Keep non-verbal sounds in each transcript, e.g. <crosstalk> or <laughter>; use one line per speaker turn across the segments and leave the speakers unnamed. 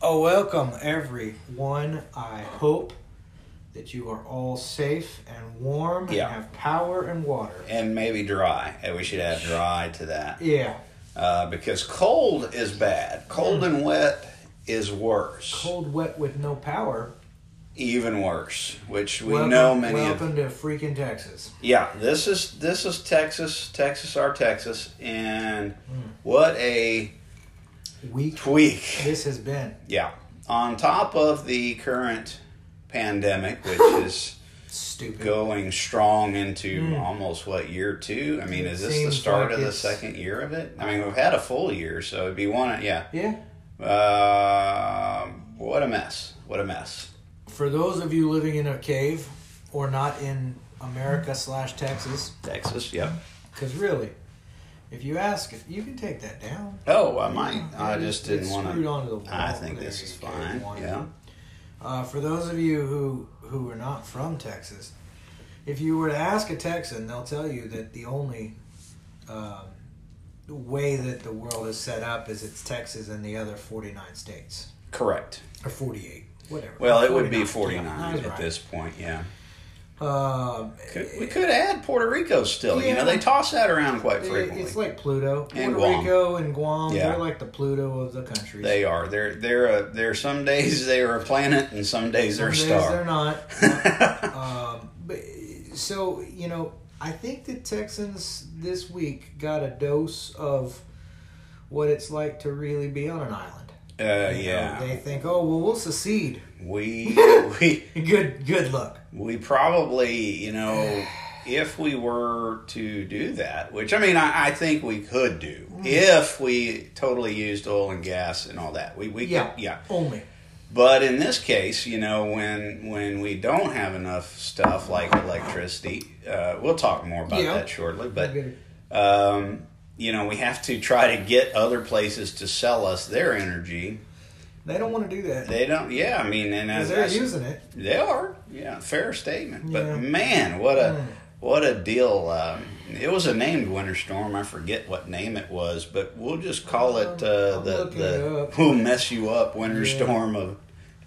Oh, welcome everyone. I hope that you are all safe and warm
Yeah.
and have power and water.
and maybe dry. And we should add dry to that
Yeah,
uh, because cold is bad. Cold and wet is worse,
cold, wet with no power.
even worse. Which we
welcome,
know many of.
Welcome to freaking Texas.
Yeah, this is this is Texas, Texas our Texas, and what a
Week
tweak. <laughs>
this has been
Yeah, on top of the current
<laughs>
pandemic, which is
stupid.
going strong into almost what year two? I mean, is this the
Hmm. Seems
start
like
of the
it's-
second year of it? I mean, we've had a full year, so it'd be one. Yeah,
Yeah.
Um what a mess! What a mess!
For those of you living in a cave or not in America slash Texas,
Texas, yep.
because really, if you ask, you can take that down.
Oh, I might. I
It-
just
it's
didn't want
screwed
to.
onto the wall
I think
there,
this
you
is
can't
fine.
want it.
Yeah.
Uh, for those of you who who are not from Texas, if you were to ask a Texan, they'll tell you that the only um, way that the world is set up is it's Texas and the other forty nine states
Correct.
or forty eight, whatever.
Well, it would be
49,
49
yeah, that's
at
right.
this point, yeah.
Um,
Could, we could add Puerto Rico still. You
Yeah.
know, they toss that around quite
it-
frequently.
it's like Pluto,
And
Puerto
Guam.
Rico, and Guam.
Yeah.
They're like the Pluto of the countries.
they are. They're they're a, they're some days <laughs> they are a planet and some days they're a
Some days They're
star. <laughs>
not. um, but, so you know, I think the Texans this week got a dose of what it's like to really be on an island.
Uh,
You know,
yeah.
they think, oh well, we'll secede. <laughs>
We we
Good, good luck.
we probably, you
<sighs>
know, if we were to do that, which I mean, I, I think we could do
Hmm.
if we totally used oil and gas and all that. We we
Yeah,
could, yeah.
Only
But in this case, you know, when when we don't have enough stuff like electricity, uh, we'll talk more about
Yeah.
that shortly. But um, you know, we have to try to get other places to sell us their energy.
they don't want to do that
They don't. Yeah, I mean, and
because
as
they're
I-
using it.
they are. Yeah, fair statement.
Yeah. Hmm.
But uh, man, what a
Mm,
what a deal! Um, it was a named winter storm. I forget what name it was, but we'll just call it uh,
I'm
the
looking it
the
up.
we'll mess you up winter
Yeah.
storm of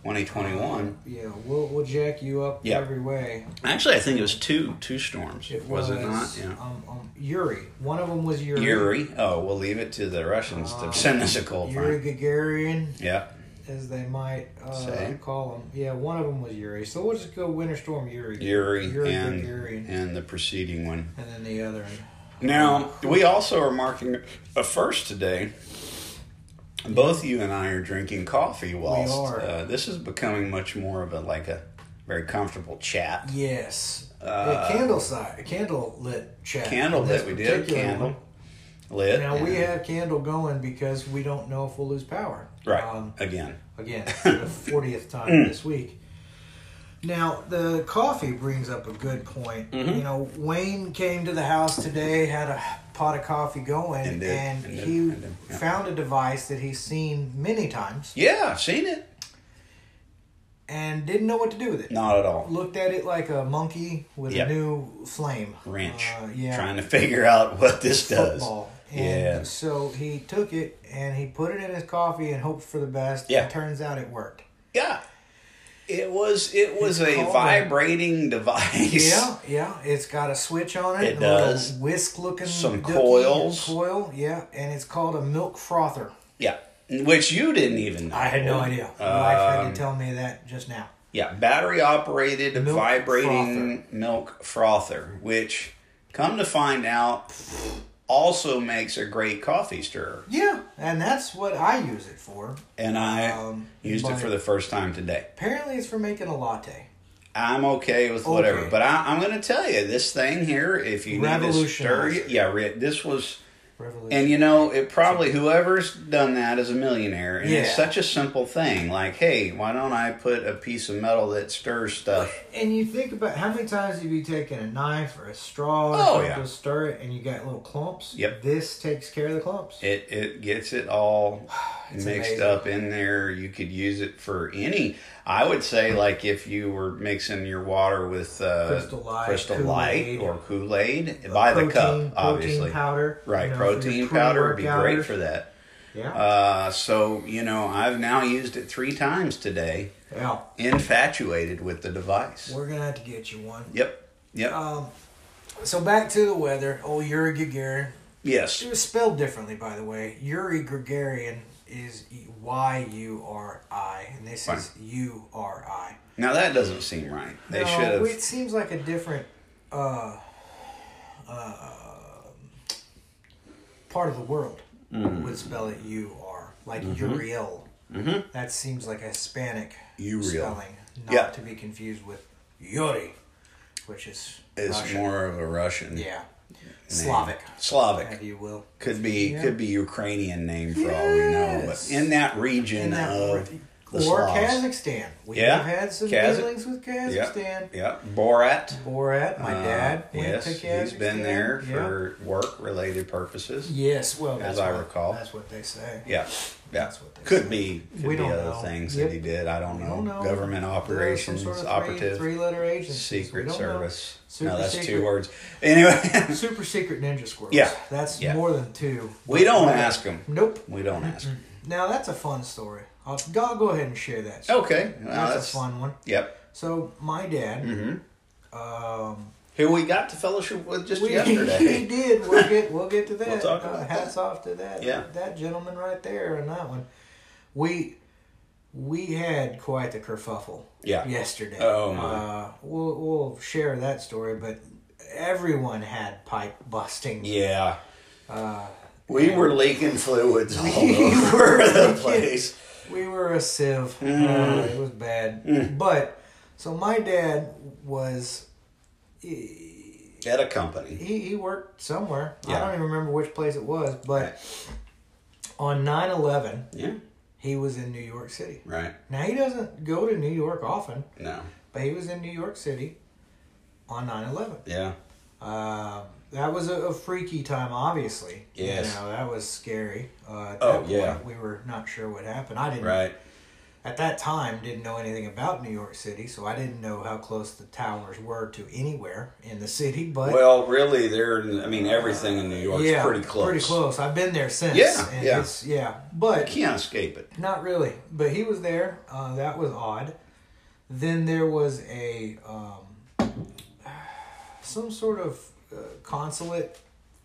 2021.
Yeah, we'll we'll jack you up
Yeah.
every way.
Actually, I think it was two two storms.
It was,
was, it not? Yeah.
Um, um, Yuri. One of them was Yuri. Ah,
Yuri. Oh, we'll leave it to the Russians to send us a cold
Yuri
front.
Gagarin.
Yeah.
as they might uh,
Say.
call them. Yeah, one of them was Yuri. So we'll just go Winter Storm Yuri.
Yuri,
Yuri
and
Gagarin.
and the preceding one.
And then the other.
Now, we also are marking a first today. Both you and I are drinking coffee whilst
are.
Uh, this is becoming much more of a like a very comfortable chat.
Yes.
Uh,
the candle side, candle lit chat.
Candle
in this
that we did,
particular
candle
one.
lit.
Now we
and-
have candle going because we don't know if we'll lose power.
right Mm.
Um,
again. <laughs>
again, for the fortieth time this week. Now the coffee brings up a good point.
Mm-hmm.
You know, Wayne came to the house today, had a pot of coffee going,
And did,
and,
and did,
he
and did, yeah.
found a device that he's seen many times
Yeah, I've seen it.
and didn't know what to do with it.
Not at all.
Looked at it like a monkey with
Yep.
a new flame
Wrench.
Uh, yeah,
Trying to figure out what this does.
football. And
Yeah.
so he took it and he put it in his coffee and hoped for the best.
Yeah.
And turns out it worked.
Yeah. It was it was
It's
a
called a-
vibrating device.
Yeah, yeah. It's got a switch on it.
It
and a little
does.
Whisk-looking.
Some
dookie,
coils.
Coil, yeah. And it's called a milk frother.
<laughs> Yeah. Which you didn't even know. Uh,
I had no idea. My wife had
Um,
to tell me that just now.
Yeah, battery operated
Milk
vibrating milk frother, which come to find out also makes a great coffee stirrer.
Yeah, and that's what I use it for.
And I
Um,
used it
but-
for the first time today.
Apparently, it's for making a latte.
I'm okay with whatever,
Okay.
but I, I'm going to tell you this thing here. If you need to stir,
Revolutionized.
it- yeah, re- this was,
Revolution.
and you know, it probably whoever's done that is a millionaire, and
Yeah.
it's such a simple thing. Like, hey, why don't I put a piece of metal that stirs stuff?
And you think about how many times have you taken a knife or a straw
Oh,
and
yeah.
to stir it, and you got little clumps.
Yep.
This takes care of the clumps.
It it gets it all
<sighs> It's
mixed
amazing.
up in there. You could use it for any. I would say like if you were mixing your water with uh,
Crystal Light,
Crystal
Kool-Aid. uh,
Light or Kool Aid by the cup,
protein
obviously.
powder.
right,
you know, for your
protein powder would be
pre-workout
great
or-
for that.
Yeah.
Uh, so, you know, I've now used it three times today,
yeah.
infatuated with the device.
We're gonna have to get you one.
Yep. Yep.
Um, so back to the weather. Oh, Yuri Gagarin.
yes.
It was spelled differently, by the way. Yuri Gagarin is Y U R I, and this is U R I.
Now that doesn't seem right. They
No,
should have.
It seems like a different uh, uh, part of the world
Mm-hmm.
would spell it U R, like Uriel.
Mhm.
That seems like a Hispanic
Uriel.
spelling, not
Yeah.
to be confused with Yuri, which is
It's
Russian.
more of a Russian.
yeah,
name.
Slavic, if
Slavic
you will.
could be
Yeah.
could be Ukrainian name for all we know, but
Yes.
in that region
In that
of
re-
uh, the
or
Slavs.
Kazakhstan. We
Yeah.
have had some
Kaz-
dealings with
Yep.
Kazakhstan.
Yeah, Borat.
Borat, my
Uh,
dad, went
yes,
to Kazakhstan.
he's been there
Yeah.
for work-related purposes.
Yes, well,
As
that's
I
what-
recall.
that's what they say.
Yeah, yeah.
That's what they
could
say.
be. Could
We
be
don't
other
know.
things
Yep.
that he did. I don't,
We
know.
don't know.
Government
There's some
operations
sort of
operative.
Three letter agents.
Secret Service.
Super
no, that's
secret.
two words. Anyway, <laughs>
Super secret ninja squirrels.
Yeah.
That's
Yeah.
more than two.
we don't
Right.
ask them.
Nope.
We don't ask. 'em.
Now that's a fun story. I'll, I'll go ahead and share that. story.
Okay. Well,
that's, a fun one.
Yep.
So my dad,
Mm-hmm.
um,
Who we got to fellowship with just
we, <laughs> he
<laughs> yesterday.
did. We'll get we'll get to that. Uh,
talk about
hats off to that
Yeah.
that gentleman right there and that one. We we had quite the kerfuffle.
Yeah.
yesterday.
Oh, my.
Uh, we'll we'll share that story, but everyone had pipe busting.
Yeah.
Uh,
we were leaking
<laughs>
fluids all over
were
the
leaking-
place.
We were a sieve.
Mm.
Uh, it was bad. But so my dad was
At a company.
he, he worked somewhere. I
Yeah.
don't even remember which place it was, but on 9/11
Yeah.
he was in New York City.
Right.
Now he doesn't go to New York often,
No.
but he was in New York City on 9/11.
Yeah.
Um, that was a, a freaky time, obviously.
Yes.
You know, that was scary. Uh, at
Oh,
that point,
yeah.
We were not sure what happened. I didn't,
Right.
at that time, didn't know anything about New York City, so I didn't know how close the towers were to anywhere in the city, but.
Well, really, they're. I mean, everything in New York's
yeah,
pretty close.
Pretty close. I've been there since.
Yeah,
and
yeah.
It's, yeah. But
Can't escape it.
Not really, but he was there. Uh, that was odd. Then there was a um, some sort of uh, consulate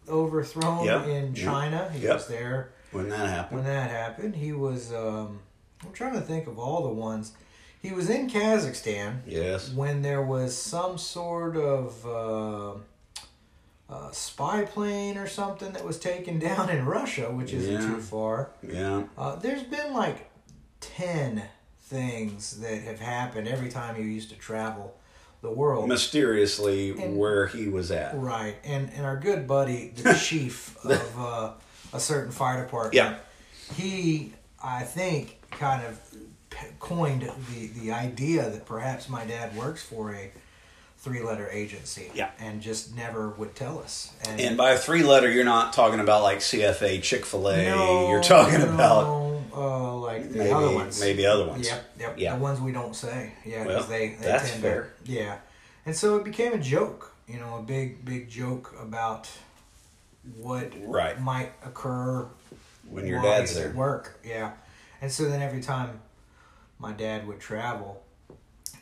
overthrown
Yeah,
in
yeah,
China. He
yeah.
was there
When that happened.
when that happened. He was. Um, I'm trying to think of all the ones. He was in Kazakhstan
Yes.
when there was some sort of uh, uh, spy plane or something that was taken <laughs> down in Russia, which isn't
Yeah.
too far.
Yeah.
Uh, there's been like 10 things that have happened every time you used to travel the world.
Mysteriously, where he was at.
right. And and our good buddy,
<laughs>
the chief of uh, a certain fire department,
Yeah.
he, I think, kind of p- coined the, the idea that perhaps my dad works for a three letter agency
Yeah.
and just never would tell us.
And by three letter, you're not talking about like CFA, Chick fil A.
No,
you're talking
no,
about
uh, like the
maybe,
other ones.
maybe other ones.
Yep, yep.
Yeah.
The ones we don't say. Yeah,
Well,
because they, they
that's
tend
fair.
to. Yeah. And so it became a joke, you know, a big, big joke about what
Right.
might occur
When your
while
dad's
he's at
there.
work. Yeah. And so then every time my dad would travel,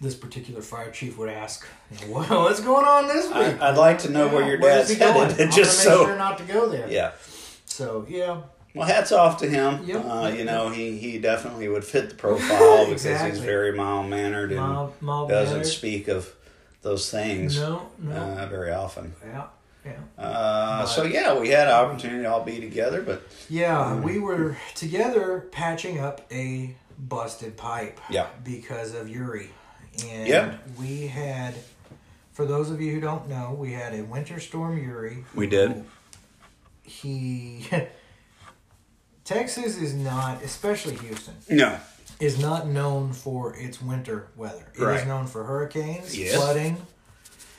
this particular fire chief would ask, you know, <laughs> "What- what's going on this week?
I, I'd like to know where
Yeah,
your
where is
dad's
he going?
headed,
I'm
<laughs> just
gonna
so.
make sure not to go there.
Yeah.
So yeah,
Well, hats off to him.
Yep.
Uh, you know, he, he definitely would fit
<laughs>
the profile because
Exactly.
he's very mild mannered and
mild, mild
doesn't
mannered.
speak of those things
No, no.
uh, very often.
yeah, yeah.
Uh, so yeah, we had an opportunity to all be together, but
Yeah, we were together patching up a busted pipe.
Yeah.
Because of Yuri. And
Yeah.
we had, for those of you who don't know, we had a winter storm Yuri.
We did.
who- He. <laughs> Texas is not, especially Houston,
no,
is not known for its winter weather. It is
Right.
known for hurricanes,
Yes. Eh,
flooding,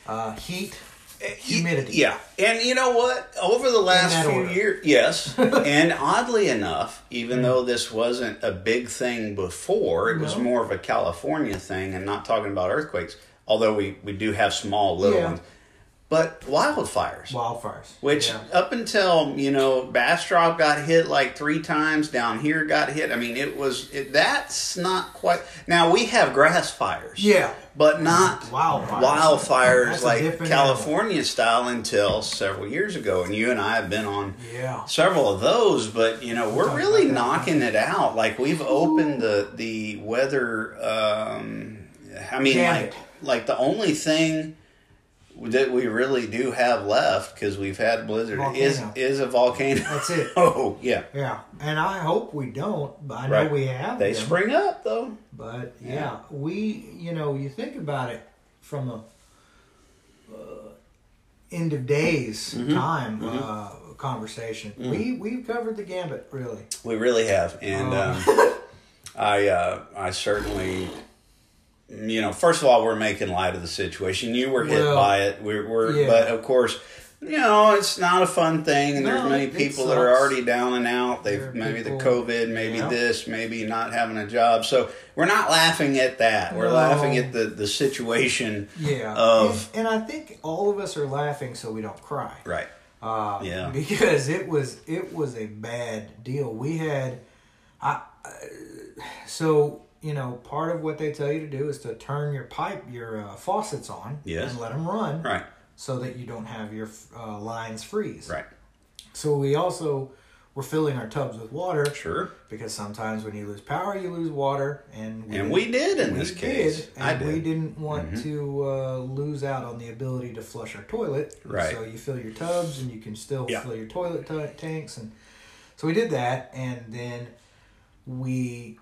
uh, heat, humidity.
Yeah, and you know what? Over the last
that
few
order. <laughs>
years, yes, and oddly enough, even though this wasn't a big thing before, it was
No.
more of a California thing, and not talking about earthquakes. Although we we do have small little
Yeah.
ones. but wildfires.
Wildfires.
Which
Yeah.
up until you know Bastrop got hit like three times down here got hit. I mean it was it, that's not quite. Now we have grass fires,
Yeah.
but not
Wildfires.
wildfires
That's a
like
different
California style until several years ago. And you and I have been on
Yeah.
several of those, but you know we're
Talk
really
about that.
knocking it out. Like we've opened the the weather. Um, I mean,
Gambit.
like like the only thing that we really do have left because we've had blizzard is
Volcano.
is a volcano.
That's it.
<laughs> oh yeah,
Yeah. And I hope we don't, but I know
Right.
we have.
they
them.
spring up though.
But yeah,
Yeah.
we you know you think about it from a uh, end of days
Mm-hmm.
time Uh, conversation.
Mm.
We we've covered the gambit really.
We really have, and
Oh.
um, I uh, I certainly. You know, first of all, we're making light of the situation. You were hit
Well,
by it. We're, we're
yeah.
but of course, you know, it's not a fun thing. And there's
No,
many
it
people that are
sucks.
already down and out. They've
There are
maybe the
people-
COVID, maybe
Yeah.
this, maybe not having a job. So we're not laughing at that. We're
No.
laughing at the the situation.
Yeah.
Of-
and, and I think all of us are laughing so we don't cry.
Right.
Uh,
Yeah.
Because it was it was a bad deal. We had, I, uh, so you know part of what they tell you to do is to turn your pipe your uh, faucets on
Yes.
and let them run
Right.
so that you don't have your uh, lines freeze.
Right.
So we also were filling our tubs with water
Sure.
because sometimes when you lose power, you lose water, and
And we did in
we
this case.
did, and
I did. Mm-hmm.
we didn't want to uh, lose out on the ability to flush our toilet.
Right.
So you fill your tubs, and you can still
Yeah.
fill your toilet ta- tanks, and so we did that, and then we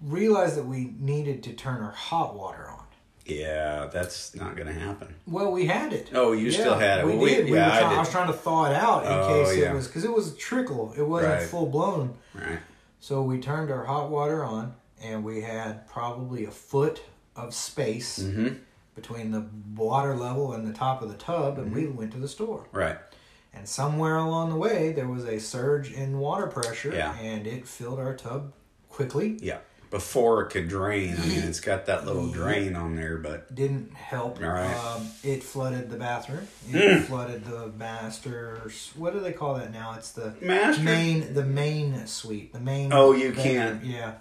realized that we needed to turn our hot water on.
Yeah, that's not going to happen.
Well, we had it.
Oh, you still had it.
We
Well, we-
did. We
yeah,
were
I
try- I,
did.
was trying to thaw it out in
Oh,
case
yeah.
it was because it was a trickle. It wasn't
Right.
full blown.
Right.
So we turned our hot water on, and we had probably a foot of space
Mm-hmm.
between the water level and the top of the tub, and
Mm-hmm.
we went to the store.
Right.
And somewhere along the way, there was a surge in water pressure,
Yeah.
and it filled our tub quickly.
Yeah. Before it could drain. I mean, it's got that little drain on there, but
Didn't help.
All right. Mm.
Um, it flooded the bathroom. It flooded the master's. What do they call that now? It's the
master.
main the main suite the main
Oh, you
bedroom.
can.
yeah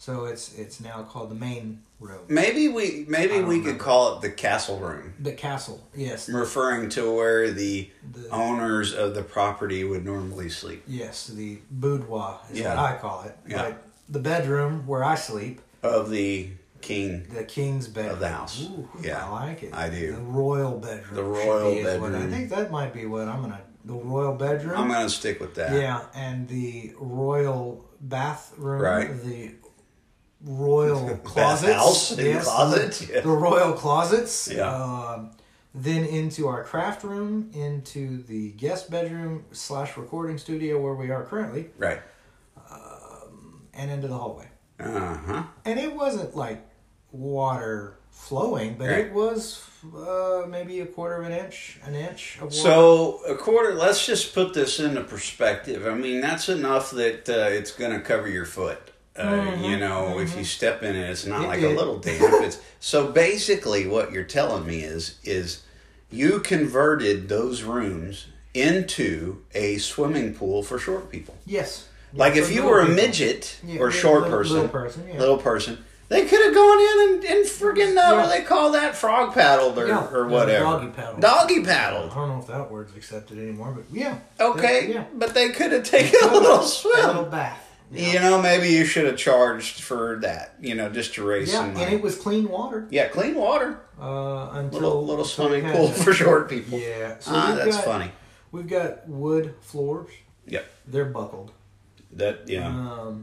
so it's it's now called the main room
Maybe we maybe we could
remember.
call it the castle room,
the castle yes
referring to where the,
The-
owners of the property would normally sleep.
yes the boudoir is
Yeah.
what i call it
Yeah.
Like, the bedroom where i sleep
Of the king,
the king's bedroom
the house.
Ooh,
Yeah,
i like it
I do.
the royal bedroom
The
should
royal
be is what i
bedroom.
think that might be what i'm gonna the royal bedroom
I'm gonna stick with that.
yeah and the royal bathroom
Right.
the
<laughs>
royal closets
Bathhouse and closet,
the,
yeah.
the royal closets
Yeah.
Um, then into our craft room into the guest bedroom slash recording studio where we are currently
Right.
and into the hallway
Uh huh.
and it wasn't like water flowing but
Right.
it was uh, maybe a quarter of an inch an inch of water
So a quarter. Let's just put this into perspective. I mean, that's enough that uh, it's going to cover your foot. Uh, You know, if you step in it, it's not
Mm-hmm. It
like
did.
a
<laughs>
little damp. It's so basically what you're telling me is is you converted those rooms into a swimming pool for short people.
yes
Like
Yeah,
if
for
you
little
were a
people.
midget
Yeah,
or
little-
short
little-
person,
little person, yeah.
little person, they could have gone in and, and friggin' uh, what
Yeah.
do they call that frog paddled or,
Yeah,
or
yeah,
whatever.
doggy paddled.
Doggy
I
paddled.
don't know if that word's accepted anymore, but yeah.
Okay,
That- yeah.
but they could have taken <laughs> a little swim.
A little bath.
You know, maybe you should have charged for that. You know, just to raise
Yeah,
some money.
and it was clean water
yeah, clean water,
uh, until
little
until we
little swimming
had
pool
the-
for <laughs> short people.
Yeah, so
ah,
we've
that's
got-
funny.
<laughs> We've got wood floors;
Yep,
they're buckled.
that yeah.
Um,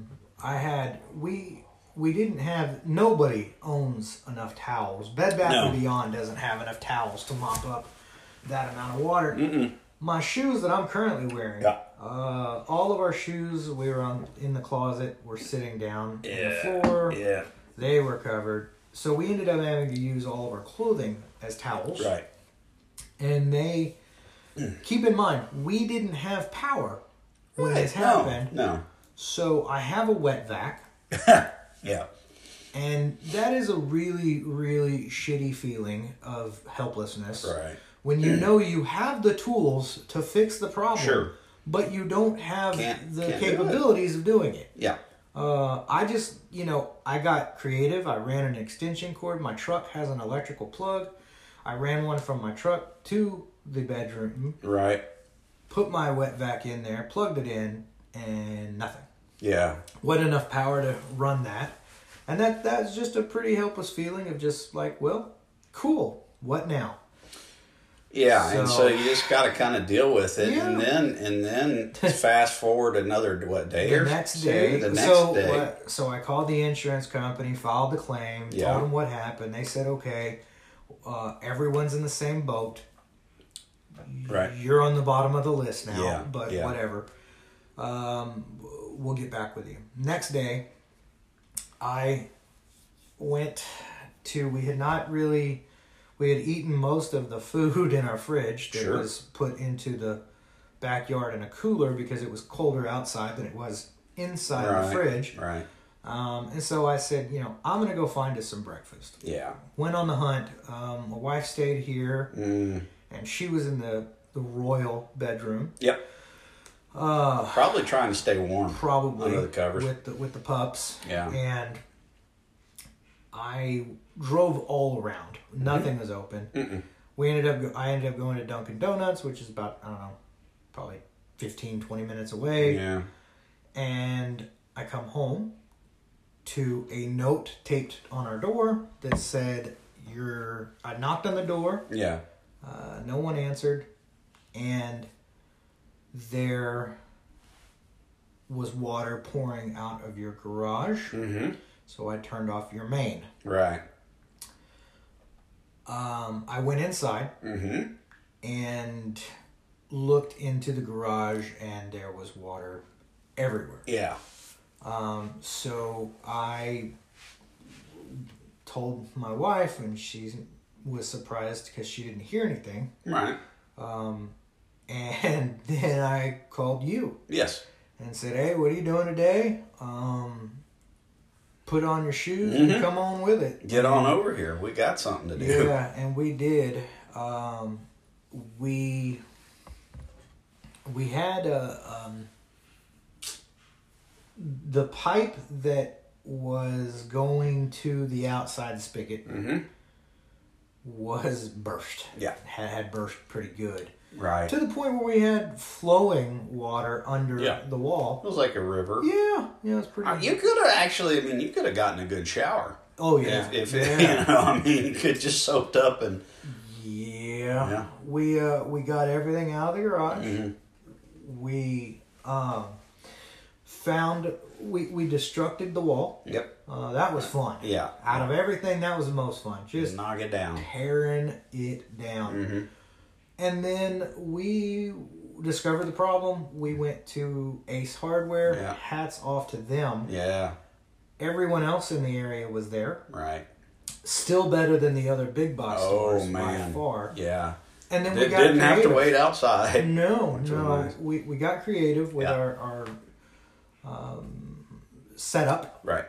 I had we we didn't have nobody owns enough towels. Bed Bath
No.
and Beyond doesn't have enough towels to mop up that amount of water. My shoes that I'm currently wearing,
Yeah.
uh, all of our shoes we were on in the closet were sitting down on the
yeah,
floor.
yeah,
They were covered. So we ended up having to use all of our clothing as towels.
right. Mm.
And they keep in mind, we didn't have power when
Right,
this happened.
No, no,
So I have a wet vac.
yeah,
And that is a really, really shitty feeling of helplessness
right.
when you know you have the tools to fix the problem,
Sure.
but you don't have
Can't-
the
can't do it.
capabilities of doing it.
Yeah.
Uh, I just, you know, I got creative. I ran an extension cord. My truck has an electrical plug. I ran one from my truck to the bedroom,
Right.
put my wet vac in there, plugged it in, and nothing.
Yeah.
What enough power to run that. And that that's just a pretty helpless feeling of just like, well, cool. What now?
Yeah, and
So-
so you just got to kind of deal with it, and
Yeah.
then and
<laughs>
then fast forward another what day
The
or
next
two?
day,
The next
so
day,
what- so I called the insurance company, filed the claim,
Yeah.
told them what happened. They said, okay, uh, everyone's in the same boat.
right?
You're on the bottom of the list now,
Yeah,
but
yeah.
whatever. Um, w- we'll get back with you. Next day, I went to. We had not really. We had eaten most of the food in our fridge that
Sure.
was put into the backyard in a cooler because it was colder outside than it was inside
Right.
the fridge.
Right.
Um, and so I said, you know, I'm going to go find us some breakfast.
Yeah.
Went on the hunt. Um, my wife stayed here
Mm.
and she was in the, the royal bedroom,
Yep.
Ah.
Uh, Probably trying to stay warm.
probably
Under the covers.
with the with the pups.
Yeah.
And I drove all around. Nothing
Mm-hmm.
was open. We ended up. go- I ended up going to Dunkin' Donuts, which is about I don't know, probably 15, 20 minutes away.
Yeah.
And I come home to a note taped on our door that said, "You're." I knocked on the door.
Yeah.
Uh, no one answered, and there was water pouring out of your garage.
Mm-hmm.
So I turned off your main.
Right.
Um, I went inside
Mm-hmm.
and looked into the garage, and there was water everywhere.
Yeah.
Um, so I told my wife, and she was surprised because she didn't hear anything.
Right.
And <laughs> then I called you.
Yes.
and said, "Hey, what are you doing today? Um, put on your shoes
Mhm.
and come on with
<laughs>
it."
Get on over here. We got something to do.
Mm-hmm. Yeah, and we did. Um, we we had a um, the pipe that was going to the outside spigot
Mm-hmm.
was burst.
Yeah.
had, had burst pretty good
<laughs> Right.
to the point where we had flowing water under
Yeah.
the wall.
It was like a river.
Yeah, yeah, it's pretty.
Uh, You could have actually. I mean, you could have gotten a good shower.
Oh yeah,
If, <laughs> if
yeah.
you know, I mean, you could just soaked up and
<laughs> Yeah.
Yeah.
We uh we got everything out of the garage.
Mhm.
We um found we we destructed the wall.
yep,
Uh, that was fun.
yeah, Mm-hmm.
Out of everything, that was the most fun. Just
just knock it down.
tearing it down.
Mhm.
And then we discovered the problem. We went to Ace Hardware.
Yeah.
Hats off to them.
Yeah,
Everyone else in the area was there.
right.
Still better than the other big box
Oh
stores
man,
by far.
yeah.
And then
They
we got
didn't have to
creative.
wait outside. <laughs>
No,
Which
no,
was nice.
we we got creative with
Yeah.
our our um, setup,
Right.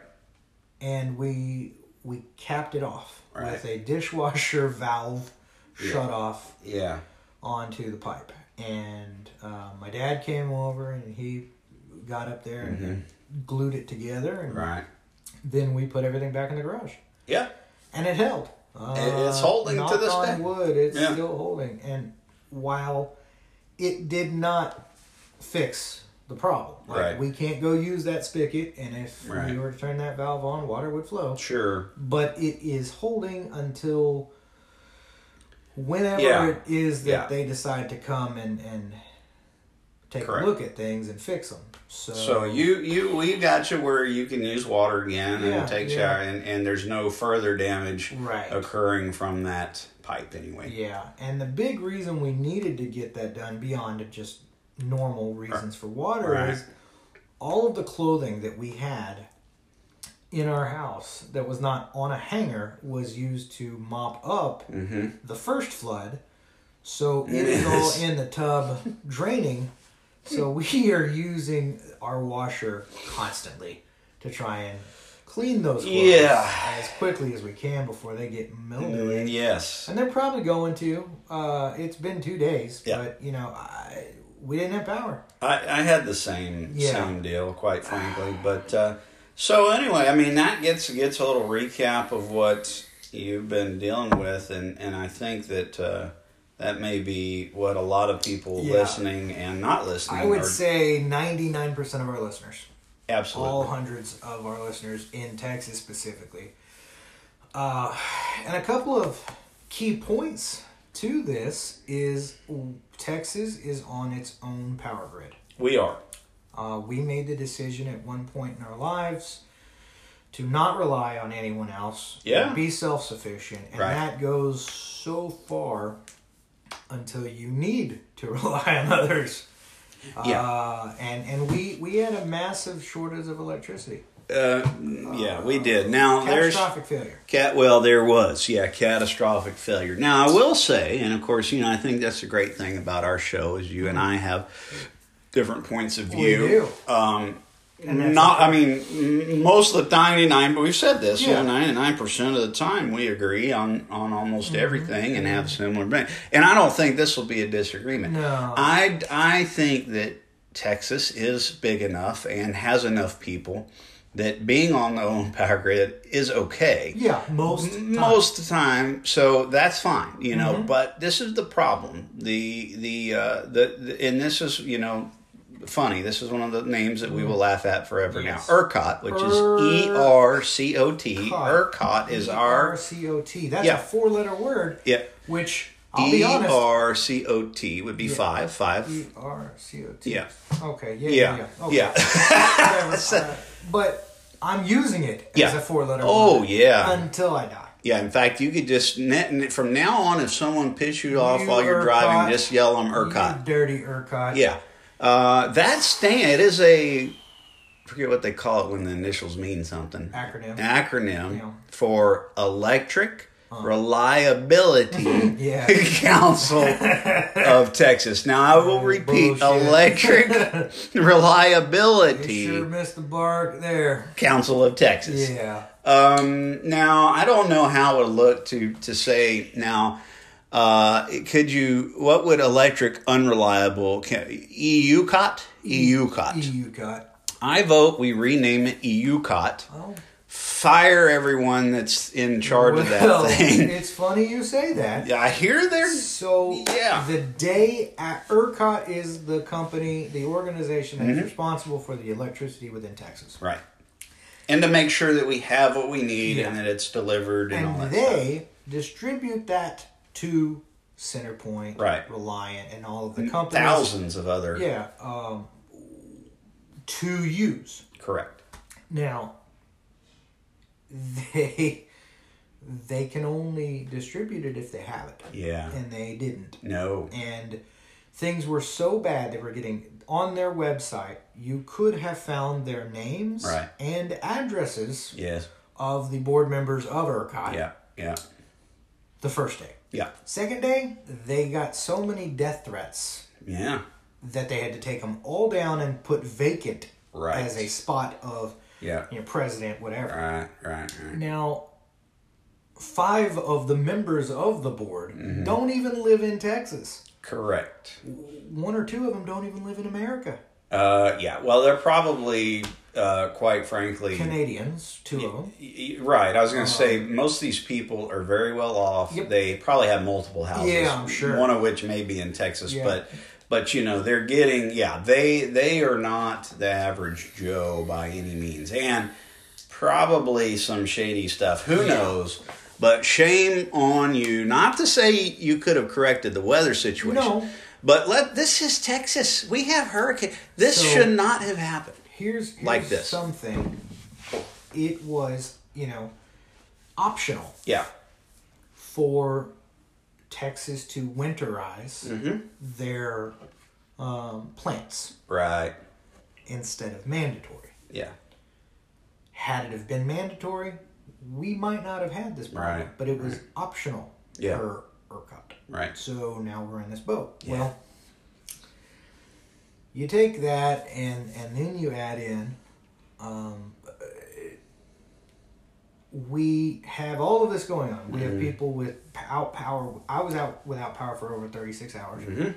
and we we capped it off
Right.
with a dishwasher valve shut off
Yeah.
onto the pipe. And uh, my dad came over and he got up there and glued it together, and
Mm-hmm. Right.
then we put everything back in the garage,
Yeah.
and it held. Uh,
It- it's holding to
knock
this
on
day.
Wood, it's
Yeah.
still holding, and while it did not fix the problem, like
Right.
we can't go use that spigot, and if
Right.
we were to turn that valve on, water would flow.
Sure.
But it is holding until whenever
Yeah.
it is that
Yeah.
they decide to come and and take
Correct.
a look at things and fix them. So,
So you you we got you where you can use water again
Yeah,
and take
yeah.
shower and, and there's no further damage
Right.
occurring from that pipe anyway.
Yeah, and the big reason we needed to get that done beyond just normal reasons for water
Right.
is all of the clothing that we had in our house that was not on a hanger was used to mop up the first flood. So it is
Mm-hmm. Yes.
all in the tub draining. <laughs> So we are using our washer constantly to try and clean those clothes
Yeah.
as quickly as we can before they get mildewy.
Mm, Yes.
And they're probably going to. Uh, it's been two days,
Yeah.
but you know, I, we didn't have power.
I, I had the same
Yeah.
same deal, quite frankly. But uh, so anyway, I mean that gets gets a little recap of what you've been dealing with, and and I think that uh, that may be what a lot of people
Yeah.
listening and not listening
I would
are
say ninety nine percent of our listeners.
absolutely
all hundreds of our listeners in Texas specifically. Uh, and a couple of key points to this is Texas is on its own power grid.
we are.
Uh, we made the decision at one point in our lives to not rely on anyone else.
Yeah.
Be self sufficient. And
Right.
that goes so far until you need to <laughs> rely on others.
Yeah.
Uh, and and we, we had a massive shortage of electricity.
Uh, yeah, we did. Now there's
Catastrophic failure.
Cat, well, there was, yeah, catastrophic failure. Now, I will say, and of course, you know, I think that's the great thing about our show is you and I have different points of
We
view.
do.
Um,
And that's-
not, I mean, m- most of the ninety nine, but we've said this,
Yeah.
yeah, ninety nine percent of the time we agree on on almost
Mm-hmm.
everything and have similar. ba- And I don't think this will be a disagreement.
No.
I I think that Texas is big enough and has enough people that being on the own power grid is okay
Yeah, most
most of the time so that's fine you know
Mm-hmm.
but this is the problem the the uh the, the and this is you know funny this is one of the names that we will laugh at forever
Mm-hmm. Yes.
now ercot which is E
Er-
e-r-c-o-t
Cot.
ercot is our
E C O T. That's
Yeah.
a four-letter word.
yeah E
Which I'll be honest.
e-r-c-o-t would be
E
five five
R C O T.
yeah
Okay. Yeah. Yeah.
yeah
Okay. <laughs>
yeah <laughs>
Whatever. Uh, but I'm using it as
Yeah.
a four-letter
oh
word
yeah
until I die.
Yeah, in fact, you could just net from now on. If someone pisses you off
You
while you're driving,
ERCOT.
just yell them
You
ERCOT.
dirty ERCOT.
Yeah, uh, that stand it is a I forget what they call it when the initials mean something
Acronym.
acronym
Yeah. Uh-huh.
for Electric
<laughs>
Reliability <laughs>
Yeah.
Council of Texas. Now I will repeat:
bullshit.
Electric
<laughs>
Reliability
You sure missed the bark there.
Council of Texas.
Yeah.
Um, now I don't know how it would look to to say now. Uh, could you? What would electric unreliable ca- EU cot EU cot?
EU got.
I vote we rename it EU cot.
Oh.
Fire everyone that's in charge of
Well,
that thing.
<laughs> it's funny you say that.
Yeah, I hear they're
So
Yeah.
the day at ERCOT is the company, the organization that's
Mm-hmm.
responsible for the electricity within Texas.
right, and to make sure that we have what we need
Yeah.
and that it's delivered and, all
And
that stuff.
they distribute that to CenterPoint,
Right.
Reliant, and all of the companies.
Thousands of other
Yeah. Um, to use.
correct.
Now, <laughs> they they can only distribute it if they have it.
Yeah.
And they didn't.
No.
and things were so bad they were getting on their website you could have found their names
Right.
and addresses
Yes.
of the board members of ERCOT
Yeah. Yeah.
the first day
Yeah.
second day they got so many death threats
Yeah.
that they had to take them all down and put vacant
Right.
as a spot of
Yeah.
you know, president whatever
Right, right, right.
now five of the members of the board
Mm-hmm.
don't even live in texas
Correct.
one or two of them don't even live in america
Uh, yeah. Well, they're probably, uh, quite frankly,
Canadians, two of them.
y- y- right. I was going to say most of these people are very well off.
Um, Yep.
They probably have multiple houses.
Yeah, I'm sure.
One of which may be in Texas,
Yeah.
but but you know they're getting yeah they they are not the average Joe by any means, and probably some shady stuff. Who knows? But shame on you. Not to say you could have corrected the weather situation.
No.
But let this is Texas. We have hurricane. This
So-
should not have happened.
Here's, here's
Like this.
something. It was, you know, optional
Yeah.
for Texas to winterize
Mm-hmm.
their um, plants
Right.
instead of mandatory.
Yeah.
Had it have been mandatory, we might not have had this problem.
Right,
But it was optional
Yeah.
per ERCOT.
Right.
So now we're in this boat. Well, you take that and and then you add in um, we have all of this going on. We
Mm-hmm.
have people without power. I was out without power for over 36 hours,
Mm-hmm.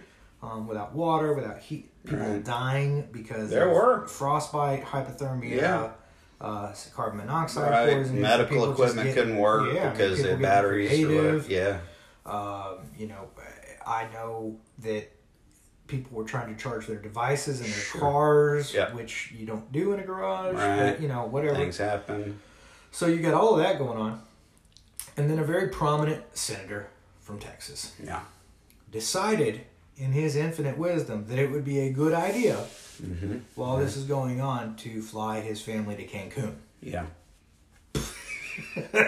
um, without water, without heat. People dying because
There
of
were.
frostbite, hypothermia,
Yeah.
uh, carbon monoxide
Right.
poisoning. People
Medical
just
equipment
get-
couldn't work
yeah,
because
people
the
get
batteries were
creative.
yeah.
Um, you know, I know that people were trying to charge their devices in their
Sure.
cars,
Yep.
which you don't do in a garage.
Right.
But, you know, whatever.
Things happen.
So you got all of that going on, and then a very prominent senator from Texas
Yeah.
decided, in his infinite wisdom, that it would be a good idea
Mm-hmm.
while this is going on to fly his family to Cancun. <laughs>
Yeah.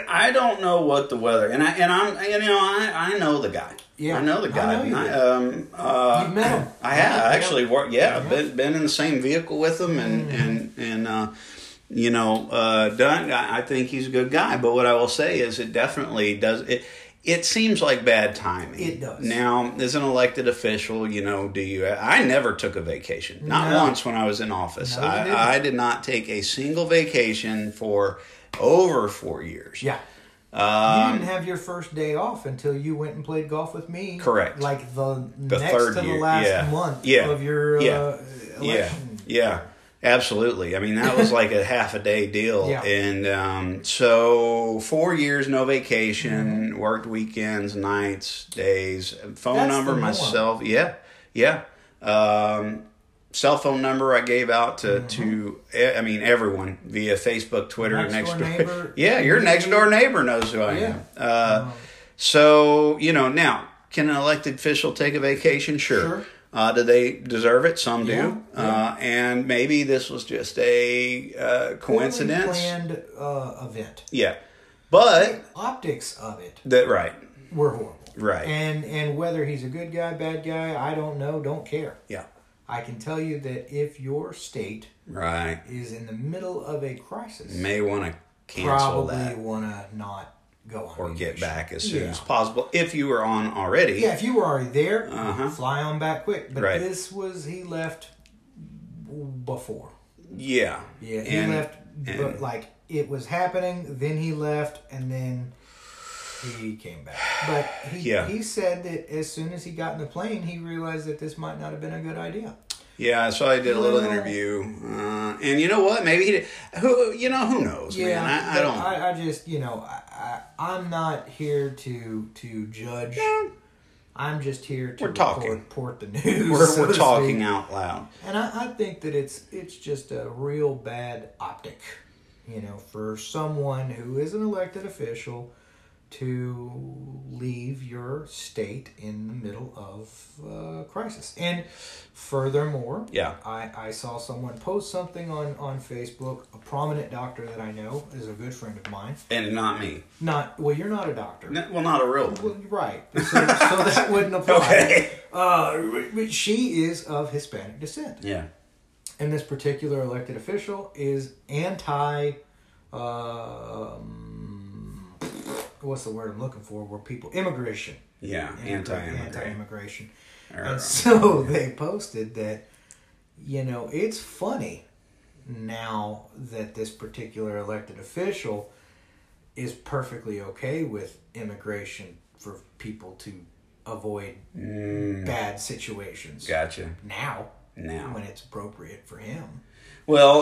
I don't know what the weather and I and I'm you know I, I know the guy.
Yeah.
I know the
I
guy.
know you
and I,
do.
um, uh,
You've met him.
I have
Yeah. Mm.
actually worked. Yeah, I've been been in the same vehicle with him, and and and uh, you know, uh, done. I I think he's a good guy. But what I will say is, it definitely does it. It seems like bad timing.
It does.
Now, as an elected official, you know, do you? I never took a vacation. Not
No.
once when I was in office.
No, you didn't.
I, I did not take a single vacation for over four years.
Yeah. you
Um,
didn't have your first day off until you went and played golf with me.
Correct.
Like the,
The
next
third
to the
year,
last
yeah.
month
Yeah.
of your
Yeah.
uh, election.
Yeah, yeah, absolutely. I mean,
<laughs>
that was like a half a day deal,
Yeah.
and um, so four years no vacation, worked weekends, nights, days,
Mm-hmm.
phone
That's
number,
the norm.
myself. Yeah, yeah. Um, cell phone number I gave out to
Mm-hmm.
to e- I mean everyone via Facebook, Twitter,
Next
next,
door
door.
neighbor.
<laughs>
Mm-hmm.
yeah, your next door neighbor knows who I
Yeah. Mm-hmm.
am. Uh, so you know now. Can an elected official take a vacation? Sure.
Sure.
Uh, do they deserve it? Some do.
Yeah,
Uh, and maybe this was just a uh, coincidence.
Planned uh, event.
Yeah. But
Optics of it
that right.
were horrible.
Right.
And and whether he's a good guy, bad guy, I don't know, don't care.
Yeah.
I can tell you that if your state
Right.
is in the middle of a crisis,
May want to cancel
probably
that
want to not go on
or get
vacation.
back as soon
Yeah.
as possible if you were on already.
Yeah, if you were already there,
Uh-huh.
fly on back quick. But
Right.
this was he left before.
Yeah.
Yeah, he
And-
left,
and-
but like it was happening. Then he left, and then he came back. But he
Yeah.
he said that as soon as he got in the plane, he realized that this might not have been a good idea.
Yeah, so I did a little
Well-
interview, uh, and you know what? Maybe he did. Who you know? Who knows? man. I, I
but
don't.
I, I just you know I, I I'm not here to to judge. I'm just here to
We're talking.
report, report the news.
we're
so
we're
to
talking
speak.
out loud.
And I, I think that it's it's just a real bad optic, you know, for someone who is an elected official to leave your state in the middle of uh, crisis. And furthermore,
Yeah.
I, I saw someone post something on, on Facebook. A prominent doctor that I know is a good friend of mine.
And not me.
Not well, you're not a doctor.
N- Well, not a real one.
Well, you're right. So, so that
<laughs>
wouldn't apply.
Okay.
Uh, but she is of Hispanic descent
Yeah.
and this particular elected official is anti um, what's the word i'm looking for where people immigration
Yeah, anti immigrant.
anti-immigration and so <laughs> they posted that you know it's funny now that this particular elected official is perfectly okay with immigration for people to avoid bad situations
Gotcha.
now
Now,
when it's appropriate for him
well,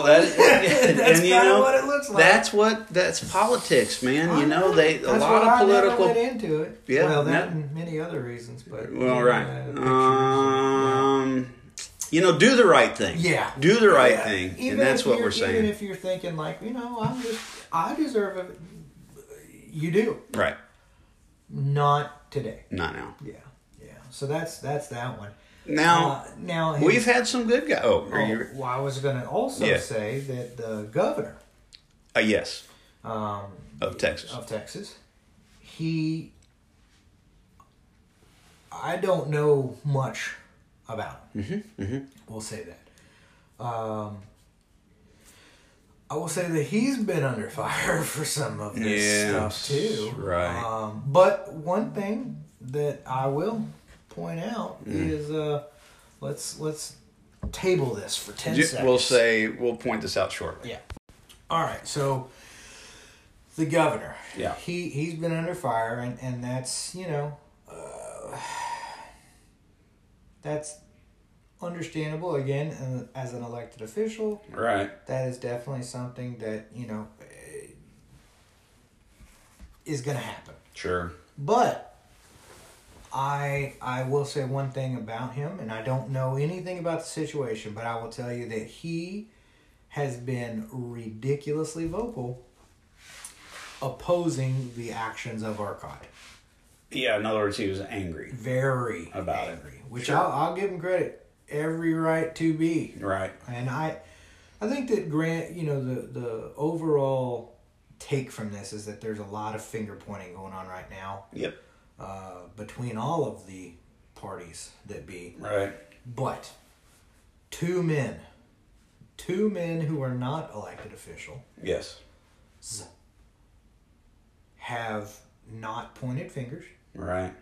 <laughs>
that, that's and, you
kinda
know,
what it looks like.
That's what that's politics, man. You know, they a
That's
lot
what
of
I never
political.
went into it.
Yeah,
well, that
no.
and many other reasons, but
well,
uh,
right.
pictures and-
Um, you know, do the right thing.
Yeah.
do the right
Yeah.
thing,
Even
and that's
if
what
you're-
we're saying.
Even if you're thinking like, you know, I'm just, I deserve it. You do
right,
not today.
not now.
Yeah, yeah. So that's that's that one.
Now
uh, now his-
we've had some good guys. Oh, are
oh,
you?
well, I was going to also
Yeah.
say that the governor
Uh, yes,
um,
of Texas.
of Texas, he. I don't know much about him.
Mm-hmm,
We'll say that. Um, I will say that he's been under <laughs> fire for some of this
Yes,
stuff too.
right.
Um, but one thing that I will point out
Mm.
is uh, let's let's table this for ten
Ju-
seconds.
We'll say we'll point this out shortly.
Yeah. All right. So the governor.
Yeah.
He he's been under fire, and and that's you know, uh, that's understandable. Again, and as an elected official,
Right.
that is definitely something that you know eh, is going to happen.
Sure.
But I I will say one thing about him, and I don't know anything about the situation, but I will tell you that he has been ridiculously vocal opposing the actions of Arcot.
Yeah. In other words, he was angry.
Very
About it.
angry, which
Sure.
I'll, I'll give him credit. Every right to be,
Right.
and I, I think that Grant, you know, the the overall take from this is that there's a lot of finger pointing going on right now
Yep.
uh, between all of the parties that be.
Right.
But two men, two men who are not elected officials,
Yes.
have not pointed fingers,
Right.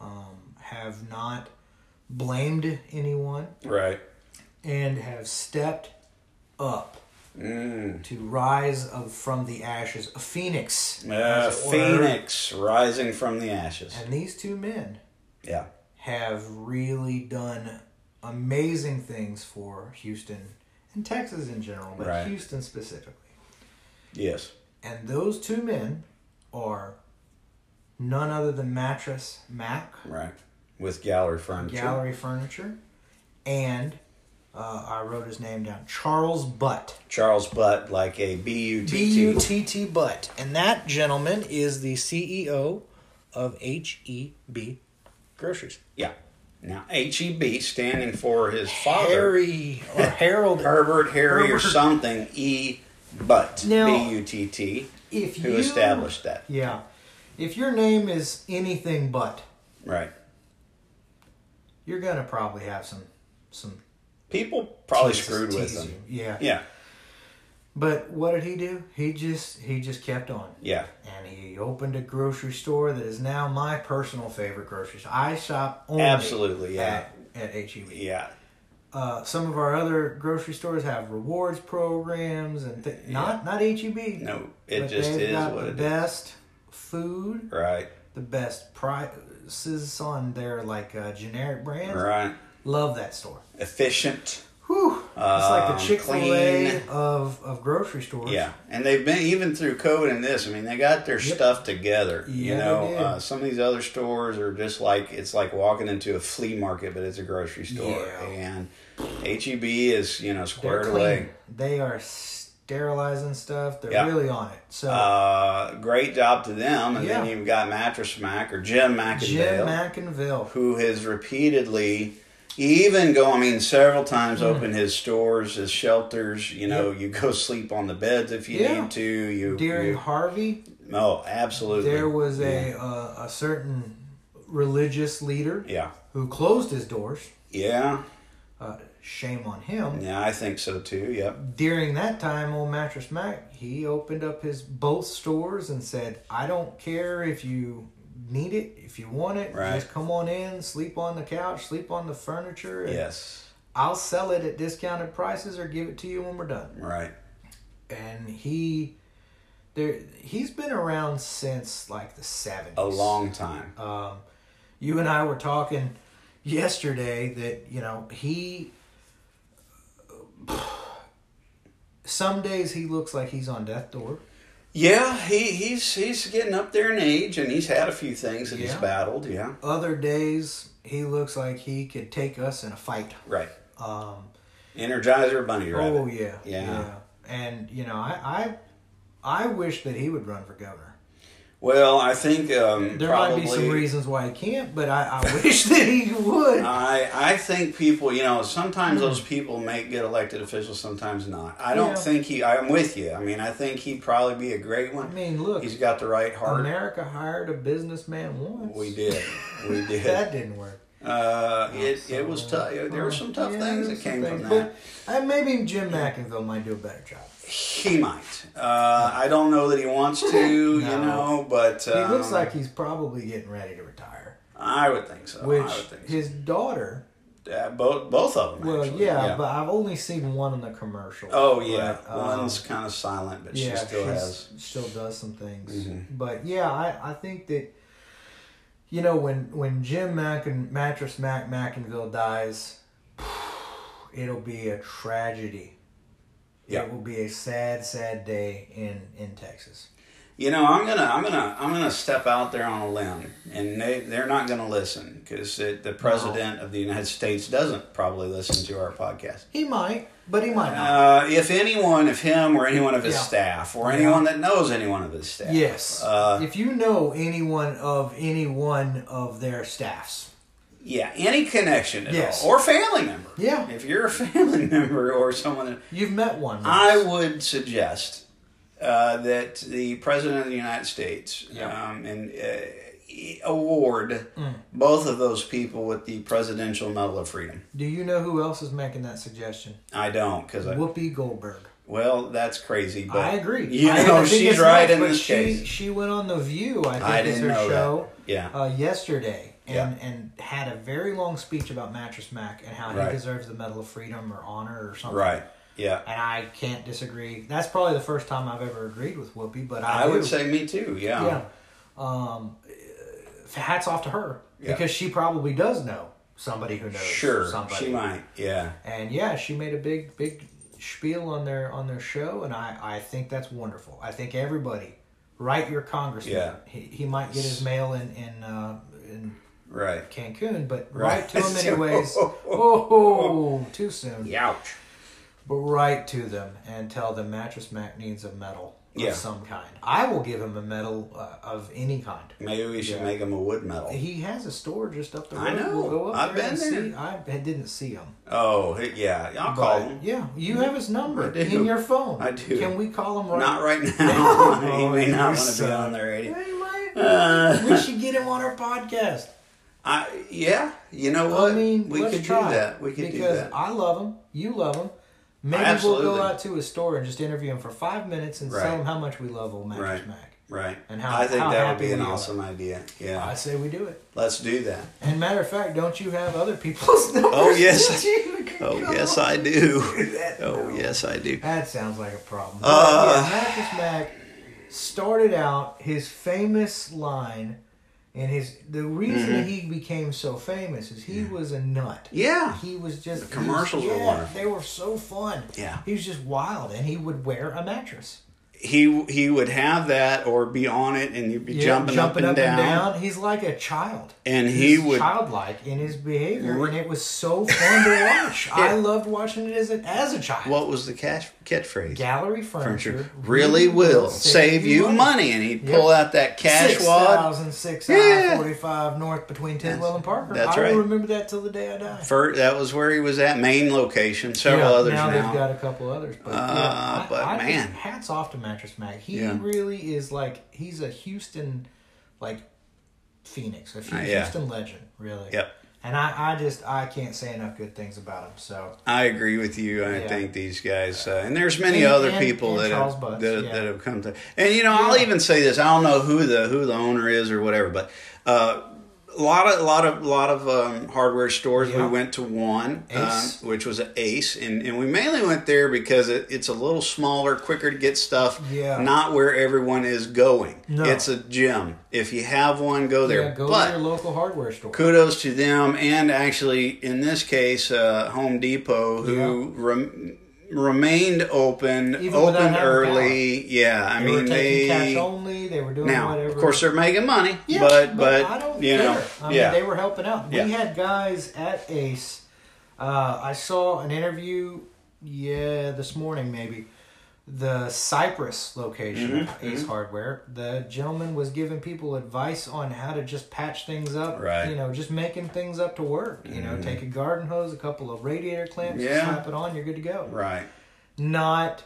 um, have not blamed anyone,
Right.
and have stepped up
Mm.
to rise of, from the ashes, a phoenix.
Uh,
as it were.
Phoenix rising from the ashes.
And these two men
Yeah.
have really done amazing things for Houston and Texas in general, but
Right.
Houston specifically.
Yes.
And those two men are none other than Mattress Mac,
Right. With gallery furniture.
Gallery Furniture, and uh, I wrote his name down, Charles Butt.
Charles Butt, like a B U
B
T
U
T.
T T Butt. And that gentleman is the CEO of HEB Groceries.
Yeah. Now H E B standing for his father
Harry or
<laughs>
Harold
Herbert Harry or
Herbert.
something E Butt B
Now-
U T T
if
who
you
established that.
yeah if your name is anything but
Right.
you're gonna probably have some some
People probably
tease-
screwed with
tease
them.
you. yeah
Yeah.
but what did he do he just he just kept on
Yeah.
and he opened a grocery store that is now my personal favorite grocery store i shop only
Absolutely, yeah.
at, at heb
Yeah.
uh, some of our other grocery stores have rewards programs and th- not not heb
No, it
but
just
they've
is
got
what
the
it is.
best food
Right.
the best prices on their like uh, generic brands.
Right.
Love that store.
Efficient.
Whew. it's like
Um,
the Chick Fil A
clean.
of of grocery stores.
Yeah, and they've been even through COVID and this. I mean, they got their stuff together. you
Yeah, they
know,
did.
uh, some of these other stores are just like it's like walking into a flea market, but it's a grocery store.
Yeah.
And HEB is you know
they're
squared
clean.
away.
They are sterilizing stuff. They're
Yeah.
really on it. So
Uh, great job to them. And then
Yeah.
you've got Mattress Mac or Jim McIndale.
Jim McInville.
who has repeatedly even go i mean several times
Mm.
opened his stores his shelters you know you go <laughs> sleep on the beds if you
Yeah.
need to you,
During
you
Harvey,
oh absolutely
there was a uh, a certain religious leader
yeah
who closed his doors.
yeah
Uh, shame on him.
yeah i think so too yep
during that time, old Mattress Mac, he opened up his both stores and said, I don't care if you need it, if you want it,
Right.
just come on in, sleep on the couch, sleep on the furniture. and
yes
I'll sell it at discounted prices or give it to you when we're done.
right
And he there he's been around since like the seventies.
a long time
Um, you and I were talking yesterday that you know he. <sighs> Some days he looks like he's on death door.
yeah he he's he's getting up there in age and he's had a few things that he's
Yeah.
battled yeah
Other days he looks like he could take us in a fight.
right
Um,
energizer bunny rabbit
oh yeah,
Yeah.
And you know I, I I wish that he would run for governor.
well i think um
There
probably
might be some reasons why he can't, but I, I <laughs> wish that he would.
I I think people, you know, sometimes those people make good elected officials, sometimes not. I don't
Hmm. Yeah.
think he. I'm with you. I mean, I think he'd probably be a great
I
one.
mean, look,
He's got the right heart.
America hired a businessman once.
We did.
<laughs>
We did.
That didn't work.
uh, it it was tough. There were some tough
Yeah,
things
there's
that
some
came from
things,
that.
But uh, maybe Jim McInville might do a better job.
He might. Uh, I don't know that he wants
<laughs>
to. You
No.
know, but
He
um,
looks like he's probably getting ready to retire.
I would think so.
Which
I would think so.
his daughter
Uh, both both of them.
Well,
actually.
yeah, but I've only seen one in the commercial.
oh yeah,
But, um,
one's kind of silent, but
yeah,
she still
she's-
has. Mm-hmm.
still does some things. But yeah, I, I think that you know when when Jim Mack and Mattress Mac Mackinville dies, <sighs> it'll be a tragedy.
Yeah.
It will be a sad, sad day in in Texas.
You know, I'm gonna I'm gonna I'm gonna step out there on a limb, and they they're not gonna listen because the president of the United States doesn't probably listen to our podcast.
He might, but he might not.
Uh, if anyone, if him or anyone of his
Yeah.
staff or anyone that knows anyone of his staff,
yes.
uh,
if you know anyone of any one of their staffs,
yeah, any connection at
Yes.
all or family member,
Yeah.
if you're a <laughs> family member or someone that
you've met one.
I would suggest uh, that the President of the United States
Yeah. Mm.
um, and uh, e- award both of those people with the Presidential Medal of Freedom.
Do you know who else is making that suggestion?
I don't because I
Whoopi Goldberg.
well that's crazy. But
I agree.
You
I
know
I think
she's
it's
right
nuts,
in
but
this
she,
case.
She went on the View. I think
I
it's
didn't
her
know
show.
that. Yeah.
Uh, yesterday, and
Yeah.
and had a very long speech about Mattress Mac and how he
Right.
deserves the Medal of Freedom or honor or something.
right. Yeah.
And I can't disagree. That's probably the first time I've ever agreed with Whoopi, but I,
I
do.
would say me too. Yeah.
yeah. Um, uh, hats off to her
Yeah.
because she probably does know somebody who knows
Sure.
somebody
She might. Yeah.
and yeah, she made a big big spiel on their on their show, and I I think that's wonderful. I think everybody write your congressman.
Yeah.
He, he might get his mail in in uh, in
Right.
Cancun, but
Right. <laughs>
write to him anyways. oh, too soon.
Ouch.
But write to them and tell them mattress Mac needs a medal
Yeah.
of some kind. I will give him a medal uh, of any kind.
Maybe we should
Yeah.
make him a wood medal.
He has a store just up the road.
I know.
We'll go up
I've
there and
been there.
See. I didn't see him.
Oh he- yeah, I'll call
But,
him.
yeah, you have his number
I do.
in your phone.
I do.
Can we call him right? <laughs>
Not right now.
Oh,
<laughs> he may
you
not want to be
suck.
on the radio.
Hey, Mike,
Uh,
we should get him on our podcast.
I yeah, you know what?
I mean,
we
let's
could
try
do
it.
that. We could do
because
that.
I love him. You love him. Maybe we'll
Absolutely.
go out to his store and just interview him for five minutes and
Right.
tell him how much we love old Mattress
Right.
Mac.
right.
and how-
I think
how
that would be
happy
an
we are.
awesome idea. Yeah.
I say we do it.
Let's do that.
And matter of fact, don't you have other people's <laughs> numbers?
Oh, yes.
that you can
Oh
call?
yes I do. <laughs> Oh yes I do.
That sounds like a problem. But,
Uh.
yeah, Mattress Mac started out his famous line, and his the reason he became so famous is he was a nut.
Mm-hmm. Yeah.
He was just
The commercials
he was-
were
yeah,
wonderful.
They were so fun.
Yeah.
he was just wild, and he would wear a mattress.
He he would have that or be on it and you'd be
Yeah,
jumping, up, and, down.
He's like a child.
And he
He's
would
childlike in his behavior,
Re-
and it was so fun to
<laughs>
watch. I loved watching it as a, as a child.
what was the cash catchphrase?
Gallery furniture
Really will save you money. and he'd pull out that cash wad.
6006
Yeah.
I-45 north between Tidwell and Parker.
that's
I
right.
will remember that till the day I die.
Fir that was where he was at, main location. Several
Yeah,
others
now,
now. Uh,
they've got a couple others, but, yeah, I-
but
I just-
man.
hats off to Mattress Mac. He
Yeah.
really is like he's a Houston, like Phoenix, a Hu-
Uh, yeah.
Houston legend, really.
Yep.
And I, I just I can't say enough good things about him. So
I agree with you. I
Yeah.
think these guys, uh, and there's many
And-
other
and-
people
and
that
Charles
have,
Butts,
that,
yeah.
that have come to. And you know, I'll even say this. I don't know who the who the owner is or whatever, but uh, a lot of lot of lot of um, hardware stores.
Yeah.
We went to one, um,
Ace.
which was an Ace, and, and we mainly went there because it, it's a little smaller, quicker to get stuff.
Yeah.
Not where everyone is going.
No.
It's a gym. If you have one, go there.
yeah, go
but
to your local hardware store.
kudos to them and actually in this case uh, home depot who rem- remained open
Even without
opened
having
early yeah i
they
mean
were taking
they
cash only. They were doing
now
whatever.
of course they're making money
Yeah,
but but,
I don't
you know
care. I mean,
yeah
they were helping out. We
Yeah.
had guys at Ace. Uh, I saw an interview, yeah, this morning maybe. The Cyprus location,
Mm-hmm,
of Ace Hardware. The gentleman was giving people advice on how to just patch things up.
Right. Mm-hmm.
You know, just making things up to work. You know, take a garden hose, a couple of radiator clamps,
Yeah.
slap it on, you're good to go
right
not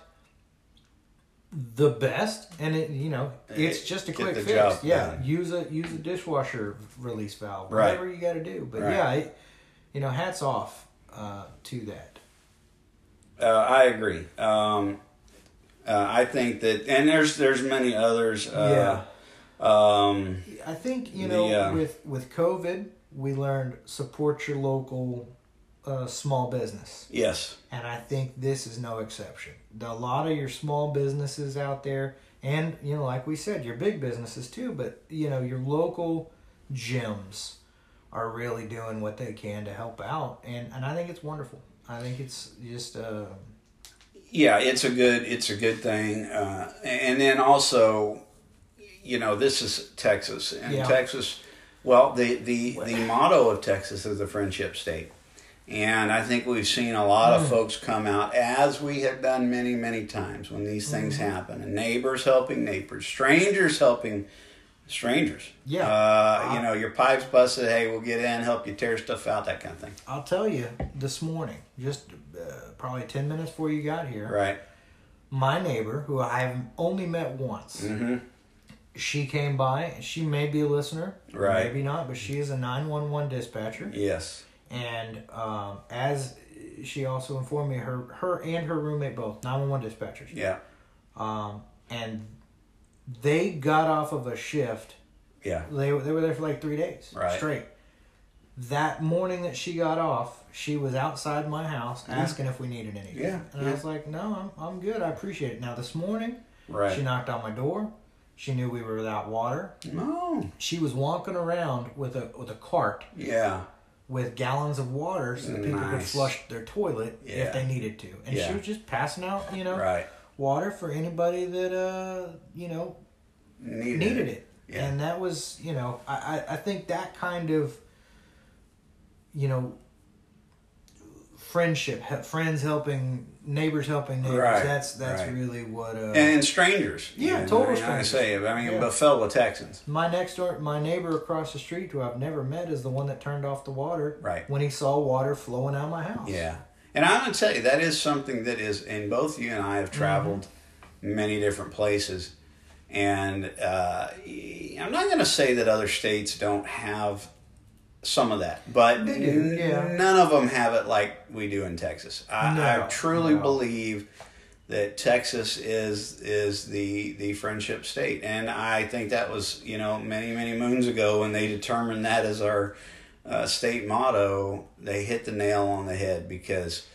the best and it you know it's just a
Get
quick
the
fix
job
yeah
done.
use a use a dishwasher release valve
Right.
whatever you got to do but
Right.
yeah it, you know hats off uh, to that
uh, i agree um, uh, i think that and there's there's many others uh, um,
i think you
The,
know
uh,
with with covid we learned support your local uh, small business,
Yes.
and I think this is no exception. The, a lot of your small businesses out there, and you know, like we said, your big businesses too, but you know, your local gyms are really doing what they can to help out, and and I think it's wonderful. I think it's just uh,
Yeah, it's a good it's a good thing. Uh, and then also, you know, this is Texas and
Yeah.
Texas. Well, the the the motto of Texas is the friendship state. And I think we've seen a lot of folks come out, as we have done many, many times when these things happen. And neighbors helping neighbors, strangers helping strangers.
Yeah.
Uh, you know, your pipe's busted. Hey, we'll get in, help you tear stuff out, that kind of thing.
I'll tell you this morning, just uh, probably ten minutes before you got here,
Right.
my neighbor, who I have only met once,
Mm-hmm.
she came by. and She may be a listener,
Right.
Maybe not, but she is a nine one one dispatcher,
Yes.
and um, as she also informed me, her her and her roommate both nine one one dispatchers,
Yeah.
um, and they got off of a shift.
Yeah.
They were- they were there for like three days
Right.
straight. That morning that she got off, she was outside my house asking if we needed anything.
Yeah,
and
yeah.
I was like, "No, I'm I'm good. I appreciate it." Now this morning,
Right.
she knocked on my door. She knew we were without water.
No.
She was walking around with a with a cart
Yeah.
with gallons of water so that people could
Nice.
flush their toilet
Yeah.
if they needed to. And
Yeah.
she was just passing out, you know,
Right.
water for anybody that uh, you know,
Needed,
needed it.
Yeah.
And that was, you know, I, I, I think that kind of, you know, friendship, he- friends helping, neighbors helping neighbors.
Right,
That's that's
right.
really what. Uh,
And strangers.
Yeah,
you
total
know, I mean,
strangers.
I say, I mean,
Yeah.
Buffalo Texans.
my next door, my neighbor across the street, who I've never met, is the one that turned off the water
Right.
when he saw water flowing out of my house.
Yeah. And I'm going to tell you, that is something that is, and both you and I
Mm-hmm.
have traveled many different places. And uh, I'm not going to say that other states don't have some of that, but
They do,
n-
yeah.
none of them have it like we do in Texas. I, I
No,
truly
no.
believe that Texas is is the the friendship state, and I think that was you know many many moons ago when they determined that as our uh, state motto. They hit the nail on the head because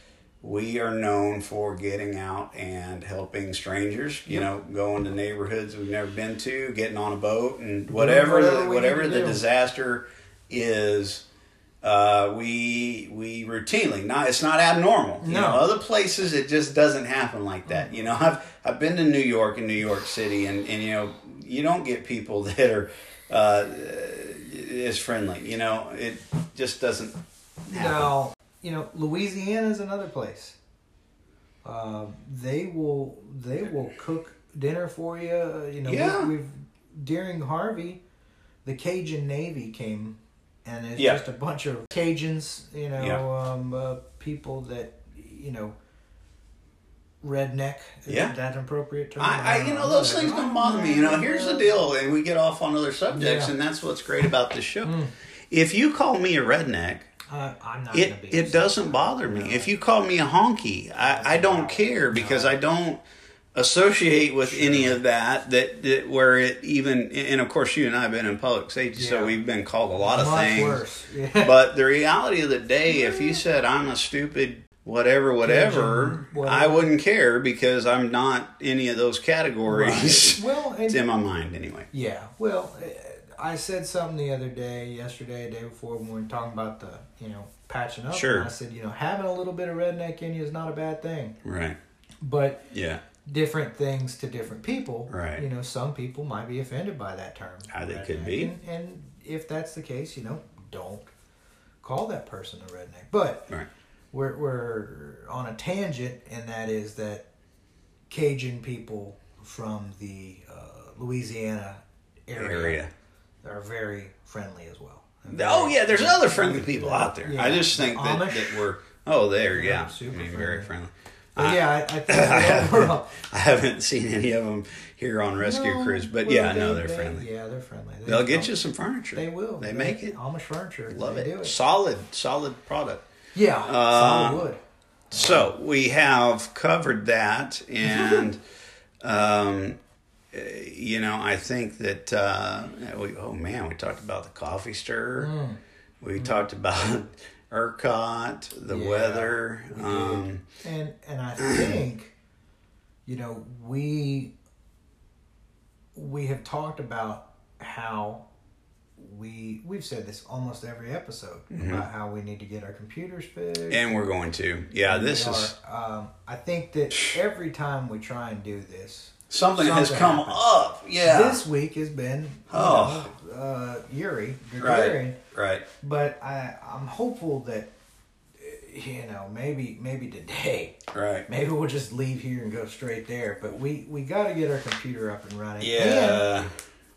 we are known for getting out and helping strangers. You know, going to neighborhoods we've never been to, getting on a boat, and whatever
whatever we
the,
need
whatever
to
the
do.
disaster is. Uh, we we routinely not it's not abnormal. You
No.
know, other places it just doesn't happen like that. You know, <laughs> I've I've been to New York and New York City, and and you know you don't get people <laughs> that are uh, as friendly. You know, it just doesn't.
Now, you know, Louisiana is another place. Uh, they will they will cook dinner for you. uh, You know,
Yeah.
we, we've during Harvey, the Cajun Navy came, and it's
Yeah.
just a bunch of Cajuns. You know,
Yeah.
um, uh, people that you know. Redneck, is
Yeah.
that an appropriate term?
I, I you
don't
know those things don't bother me. You know, here's the deal, and we get off on other subjects,
Yeah. Hmm.
and that's what's great about this show. If you call me a redneck,
Uh, I'm not
it
gonna be.
it
upset.
doesn't bother me. If you call me a honky, I, I don't care because I don't associate with any of that, that that where it even and of course you and I have been in public safety,
Yeah.
so we've been called a lot of
Much
things. <laughs>
worse. <laughs> Yeah.
But the reality of the day, if you said I'm a stupid whatever whatever,
Pigeon,
I
whatever.
wouldn't care because I'm not any of those categories.
<laughs> well, and
<laughs> it's in my mind anyway.
Yeah. Well, eh, I said something the other day, yesterday, the day before, when we were talking about the, you know, patching up.
Sure.
And I said, you know, having a little bit of redneck in you is not a bad thing,
Right.
but
Yeah.
different things to different people.
Right.
You know, some people might be offended by that term.
Ah, they could
redneck,
be.
And, and if that's the case, you know, don't call that person a redneck. But
Right.
we're, we're on a tangent, and that is that Cajun people from the uh, Louisiana
Area.
are very friendly as well.
Oh yeah, there's other friendly people out there. I
Yeah.
just think that,
Amish.
that we're oh there yeah,
super
I mean, very
friendly.
friendly.
But
I-
yeah, I, I think
<laughs>
they're all-
I haven't <laughs> seen any of them here on rescue
No,
crews, but
well,
yeah,
they-
no, they're
they-
friendly.
Yeah, they're friendly. They,
They'll get you some furniture.
They will.
They make it.
Amish furniture.
Love
they
it.
Do it.
Solid, solid product.
Yeah,
Uh,
solid wood.
So we have covered that,
<laughs>
and um, uh, you know, I think that
Hmm.
uh, we. Oh man, we talked about <laughs> the coffee stirrer. We talked about ERCOT, the
Yeah,
weather.
we did.
Um,
And and I think, you know, we we have talked about how we we've said this almost every episode
Mm-hmm.
about how we need to get our computers fixed.
and we're going to. Yeah,
And
this
we
is
are. Um, I think that every time we try and do this,
something, has
something
come
happened.
up. Yeah.
this week has been you
Oh.
know, uh, Yuri Gagarin.
right. Right.
But I I'm hopeful that eh, you know maybe maybe today <laughs>
Right.
Maybe we'll just leave here and go straight there. But we we got to get our computer up and running. And,
Yeah.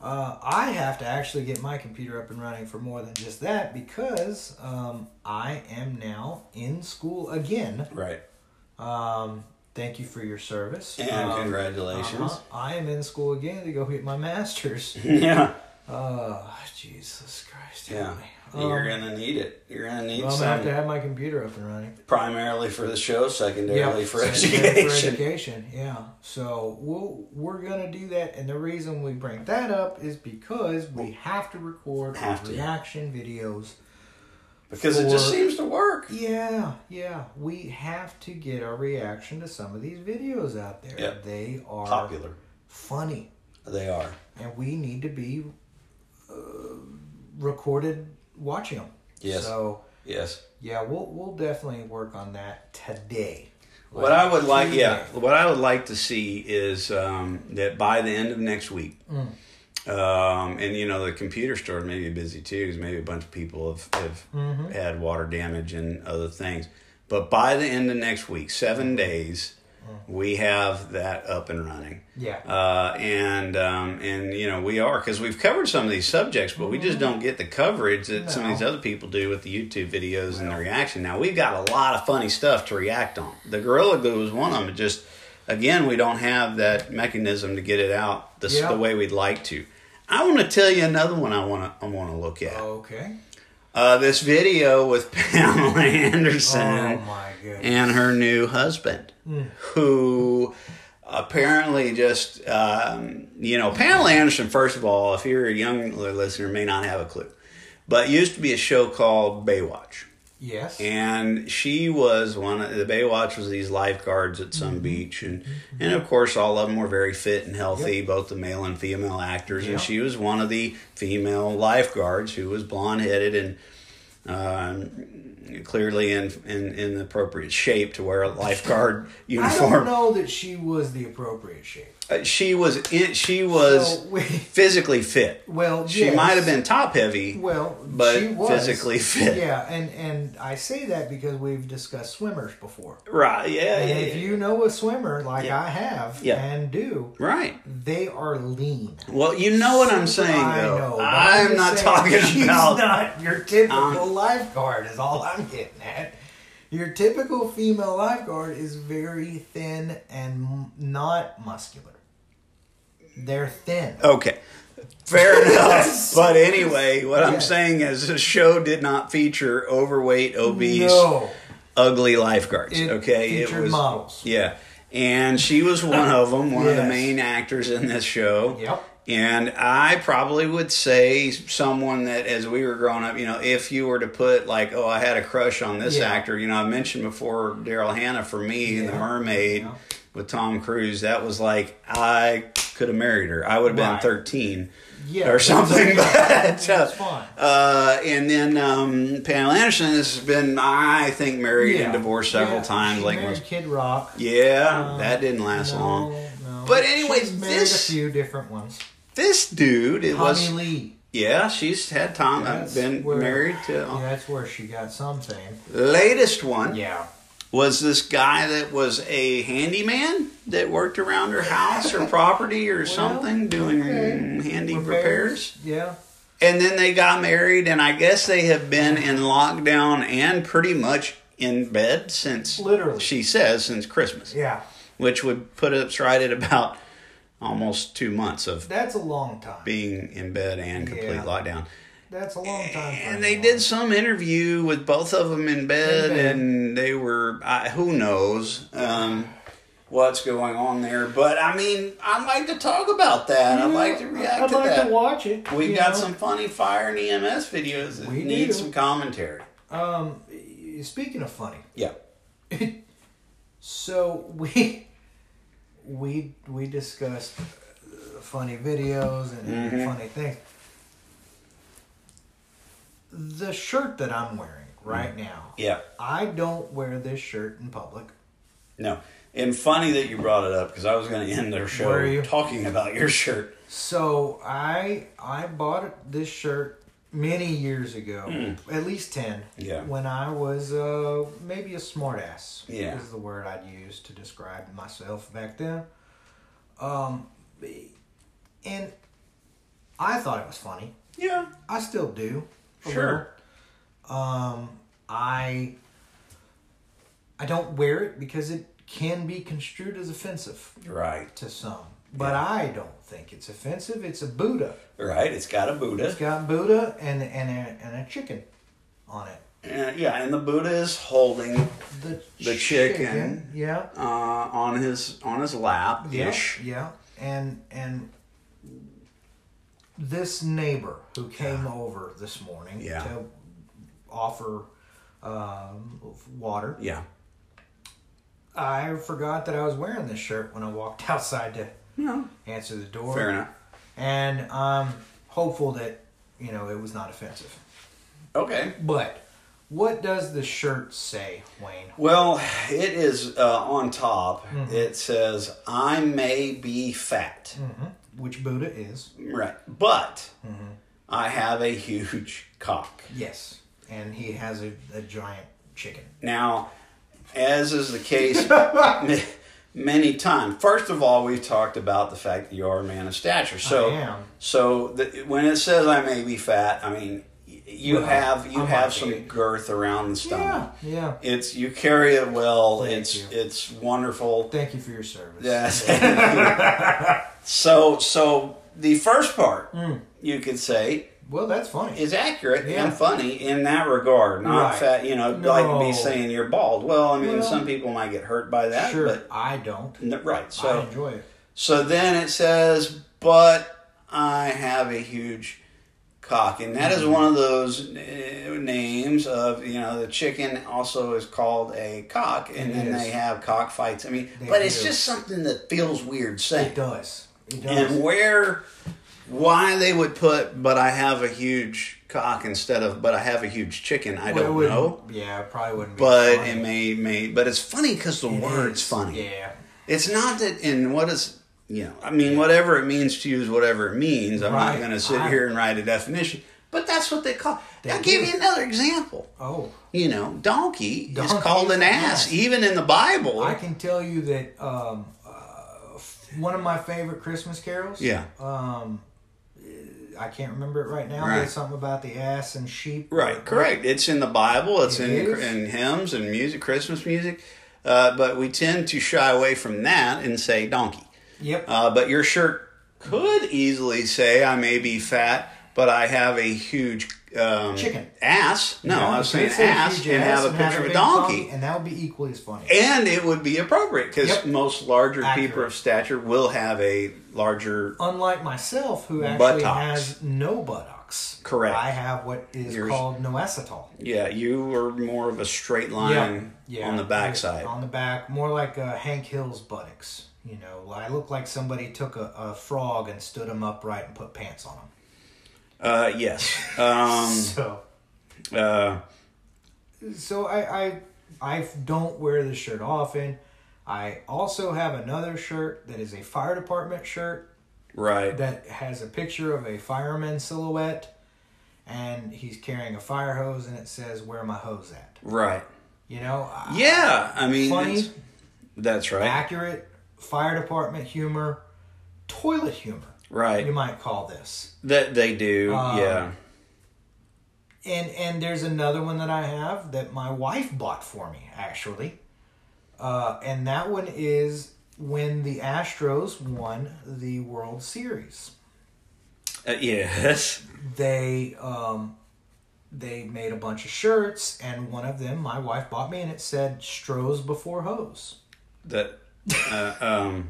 uh, I have to actually get my computer up and running for more than just that because um, I am now in school again.
Right.
Um, thank you for your service.
And
Um,
congratulations.
uh-huh. I am in school again to go get my master's.
<laughs> Yeah.
Oh, Jesus Christ. help
Yeah.
me.
You're
Um,
gonna need it. You're gonna need
well, I'm
some
gonna have to have my computer up and running.
primarily for the show, secondarily
<laughs>
for
Secretary
education.
For education, yeah. So we'll, we're going to do that. And the reason we bring that up is because we have to record
Have to.
reaction videos.
Because it just
for-
seems to work.
Yeah, yeah. We have to get our reaction to some of these videos out there.
Yep.
They are
Popular.
funny.
They are.
And we need to be uh, recorded watching them.
Yes.
So,
Yes.
yeah, we'll, we'll definitely work on that today.
What I would like,
Tuesday.
yeah, what I would like to see is um, that by the end of next week, um, and you know, the computer store may be busy too, because maybe a bunch of people have, have had water damage and other things. But by the end of next week, seven days, we have that up and running.
Yeah.
Uh, and um, and you know we are because we've covered some of these subjects, but we
Mm-hmm.
just don't get the coverage that some of these other people do with the YouTube videos and the reaction. Now we've got a lot of funny stuff to react on. The gorilla glue was one of them. It just again we don't have that mechanism to get it out the, s-
Yeah.
the way we'd like to. I want to tell you another one I want to I want to look at.
Oh. Okay.
Uh, this video with <laughs> Pamela Anderson
Oh, my goodness.
and her new husband, who apparently just, um, you know, Pamela Anderson, first of all, if you're a young listener, may not have a clue, but used to be a show called Baywatch.
Yes.
And she was one of the Baywatch was these lifeguards at some
Mm-hmm.
beach, and and of course all of them were very fit and healthy, both the male and female actors.
Yeah.
And she was one of the female lifeguards who was blonde headed and um, clearly in, in in the appropriate shape to wear a
<laughs>
lifeguard
I don't
uniform.
know that she was the appropriate shape.
Uh, She was in, she was
So, we-
physically fit.
Well,
<laughs> she
yes.
might have been top heavy.
Well,
but
she was.
physically fit.
Yeah, and and I say that because we've discussed swimmers before.
right? Yeah,
And
yeah,
if
yeah.
you know a swimmer like
Yeah.
I have
Yeah.
and do,
right.
they are lean.
Well, you know what I'm saying,
I
though.
know. but
I'm,
just
not
saying
talking
<laughs> she's
about. um,
not your typical lifeguard. Is all I'm getting at. Your typical female lifeguard is very thin and m- not muscular. They're thin.
Okay,
<laughs>
fair enough. But anyway, what
Yeah.
I'm saying is the show did not feature overweight, obese,
No.
ugly lifeguards.
It
okay,
featured models.
Yeah, and she was one of them, one of
Yes.
the main actors in this show.
Yep.
And I probably would say someone that, as we were growing up, you know, if you were to put like, oh, I had a crush on this
Yeah.
actor, you know, I mentioned before Daryl Hannah for me in The
Yeah.
Mermaid
Yeah.
with Tom Cruise, that was like I could have married her. I would have been
Right.
thirteen
Yeah,
or
that's
something. But uh,
That's fine.
uh, and then um, Pamela Anderson has been, I think, married and divorced several
Yeah,
times.
she
Like,
married
most,
Kid Rock.
yeah,
Um,
that didn't last
No,
long.
no.
But anyways,
She's married
this-
a few different ones.
This dude, it
Tommy
was
Lee.
yeah, she's had Tom uh,
That's
been
where-
married to. uh,
Yeah, that's where she got something.
Latest one
Yeah.
was this guy that was a handyman that worked around her house or property
<laughs>
or something doing
okay.
handy repairs.
Yeah.
And then they got married, and I guess they have been in lockdown and pretty much in bed since
Literally.
she says since Christmas,
Yeah.
which would put us right at about almost two months of
That's a long time.
being in bed and complete
Yeah.
lockdown.
That's a long time. for
And they
anyone.
did some interview with both of them in bed,
In bed.
and they were I, who knows um, what's going on there. But I mean, I'd like to talk about that. I'd like to react
I'd
to
like
that.
to watch it.
We
you
got
know.
some funny fire and EMS E videos that
We
need
do.
some commentary.
Um, speaking of funny,
Yeah.
so <laughs> we we we discussed uh, funny videos and
Mhm.
funny things. The shirt that I'm wearing
Mm.
right now,
Yeah.
I don't wear this shirt in public.
No. And funny that you brought it up because I was going to end their
Were
show
you?
talking about your shirt.
So I I bought this shirt many years ago, at least ten.
Mm. Yeah.
When I was uh, maybe a smartass.
Yeah.
Is the word I'd use to describe myself back then. Um, and I thought it was funny.
Yeah.
I still do. a
Sure.
little. Um, I I don't wear it because it can be construed as offensive
Right.
to some, but I don't think it's offensive. It's a Buddha.
Right. It's got a Buddha.
It's got Buddha and and a, and a chicken on it.
And, Uh, yeah. And the Buddha is holding
The
The chicken.
Yeah.
uh, on his on his lap.
Yeah.
Ish.
Yeah. And and this neighbor who came over this morning
Yeah.
to offer um, water.
Yeah.
I forgot that I was wearing this shirt when I walked <laughs> outside to
No.
answer the door.
Fair enough.
And I'm hopeful that you know it was not offensive.
Okay.
But what does the shirt say, Wayne?
Well, it is uh, on top.
Mm-hmm.
It says, "I may be fat."
Mm-hmm. Which Buddha is?
Right. But
Mm-hmm.
I have a huge cock.
Yes, and he has a, a giant chicken.
Now, as is
<laughs>
the case ma- many times, first of all, we've talked about the fact that you are a man of stature. So,
I am.
so the, when it says I may be fat, I mean y- you
Well,
have you
I'm
have
not
some
big.
girth around the
Yeah,
stomach.
yeah.
It's you carry it well.
Thank
it's
you.
it's wonderful.
Thank you for your service.
Yes. <laughs> so so the first part you could say
Well, that's funny.
is accurate
Hmm. Yeah.
and funny in that regard. Not
Right.
fat, you know, like me
No.
saying you're bald. Well, I mean,
Well,
some people might get hurt by that,
sure,
but
I don't.
n- right.
I
So
enjoy it.
so then it says, but I have a huge cock, and that is
Mm-hmm.
one of those uh, names of you know the chicken also is called a cock, and
It
then
is.
they have cock fights. I mean,
They
but it's
do.
just something that feels weird saying
It does. It does.
and where why they would put but i have a huge cock instead of but i have a huge chicken i
Well, it
don't
wouldn't-
know
Yeah, it probably wouldn't. Be
but
funny.
it may may but it's funny because the
It
word's
is.
funny
Yeah,
it's not that in what is you know i mean whatever it means to you is whatever it means i'm not
Right.
going to sit
I-
here and write a definition but that's what they call i'll
do.
give you another example
Oh,
you know donkey, is
Donkey
called
is
an
an
ass
ass.
even in the bible
I can tell you that um, uh, f- one of my favorite Christmas carols.
yeah
Um, I can't remember it right now.
Right.
But it's something about the ass and sheep.
Right, correct. It's in the Bible. It's
It
in
is.
in hymns and music, Christmas music. Uh, but we tend to shy away from that and say donkey.
Yep.
Uh, but your shirt could easily say, "I may be fat, but I have a huge um,
Chicken.
ass." No, I was saying ass and have a picture of a donkey.
and that would be equally as funny.
And it would be appropriate because
Yep.
most larger people
Accurate.
of stature will have a larger.
Unlike myself, who actually
Buttocks.
has no buttocks.
Correct.
I have what is
Yours-
called no acetal.
Yeah, you are more of a straight line on the backside.
On the back, more like uh, Hank Hill's buttocks. You know, I look like somebody took a, a frog and stood him upright and put pants on him.
Uh, yes. Um,
<laughs> So,
uh,
so I, I I don't wear this shirt often. I also have another shirt that is a fire department shirt
Right.
that has a picture of a fireman silhouette, and he's carrying a fire hose, and it says "Where my hose at."
right.
You know, uh, I-
Yeah. I mean,
funny,
it's- that's right.
accurate fire department humor, toilet humor.
right.
you might call this.
that they do.
Um,
yeah.
And and there's another one that I have that my wife bought for me actually, uh, and that one is when the Astros won the World Series.
Uh, yes.
They um, they made a bunch of shirts, and one of them my wife bought me, and it said "Stros before hose."
That. Uh, <laughs> um.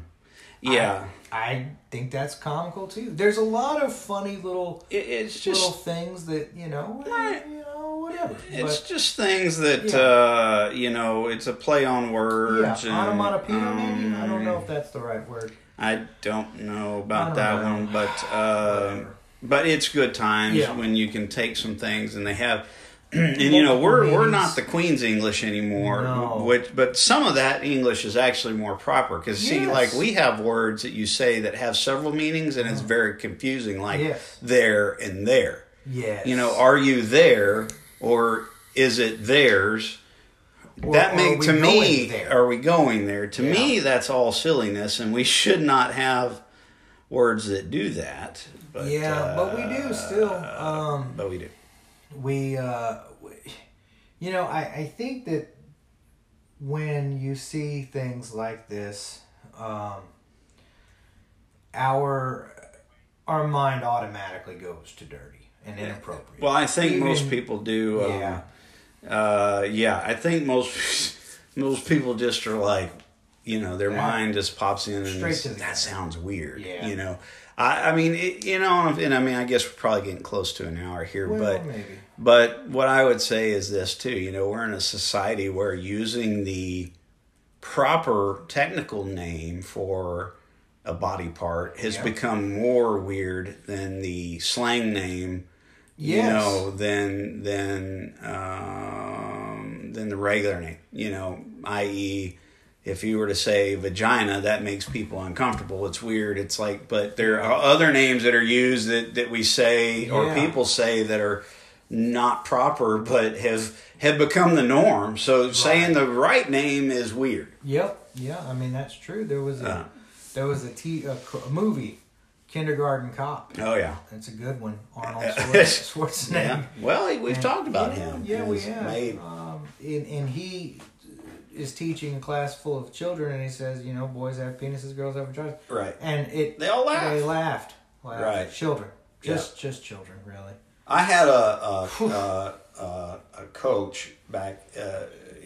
Yeah.
I think that's comical too. There's a lot of funny little
it, it's
little
just.
things that you know.
Right.
You know whatever.
It's
but,
just things that
Yeah.
uh, you know. It's a play on words.
yeah,
and,
onomatopoeia maybe. I don't know
um,
if that's the right word.
I don't know about
I don't
that
know.
one, but uh,
Whatever.
but it's good times
Yeah.
when you can take some things and they have. <clears throat> And you know we're we're not the Queen's English anymore,
No.
which but some of that English is actually more proper because see
Yes.
like we have words that you say that have several meanings and it's very confusing like
Uh-huh. Yes.
there and there.
Yes.
You know, are you there or is it theirs?
Or
that
are
make
we
to me
going there?
are we going there? To me
Yeah.
that's all silliness and we should not have words that do that. But,
yeah, but we
uh,
do still. Um,
But we do.
we, uh, we- you know, I, I think that when you see things like this, um, our our mind automatically goes to dirty and inappropriate.
Well, I think most
Even-
people do. Um,
Yeah.
yeah. Uh, yeah, I think most <laughs> most people just are like, you know, their mind just pops in and
Straight
it's-
to the-
that sounds weird.
Yeah.
You know, I, I mean, it, you know, and I mean, I guess we're probably getting close to an hour here,
Well,
but
maybe.
but what I would say is this too. You know, we're in a society where using the proper technical name for a body part has
Yeah.
become more weird than the slang name
Yes.
you know than than um, than the regular name you know i.e if you were to say vagina that makes people uncomfortable it's weird it's like but there are other names that are used that that we say or
Yeah.
people say that are not proper but have have become the norm so saying the right name is weird
Yep. Yeah. I mean, that's true. There was a
Uh-huh.
there was a, t- a, co- a movie, Kindergarten Cop.
oh yeah
That's a good one.
<laughs>
Arnold Schwar- Schwarzenegger.
yeah well we've talked about
yeah,
him
Yeah, we
He's
have.
made-
Um, and, and he is teaching a class full of children, and he says, you know, boys have penises, girls have vaginas,
right
and it
They all laugh.
They laughed. Laughed.
Right.
Children. Just just children, really.
I had a a, a, a, a coach back. Uh,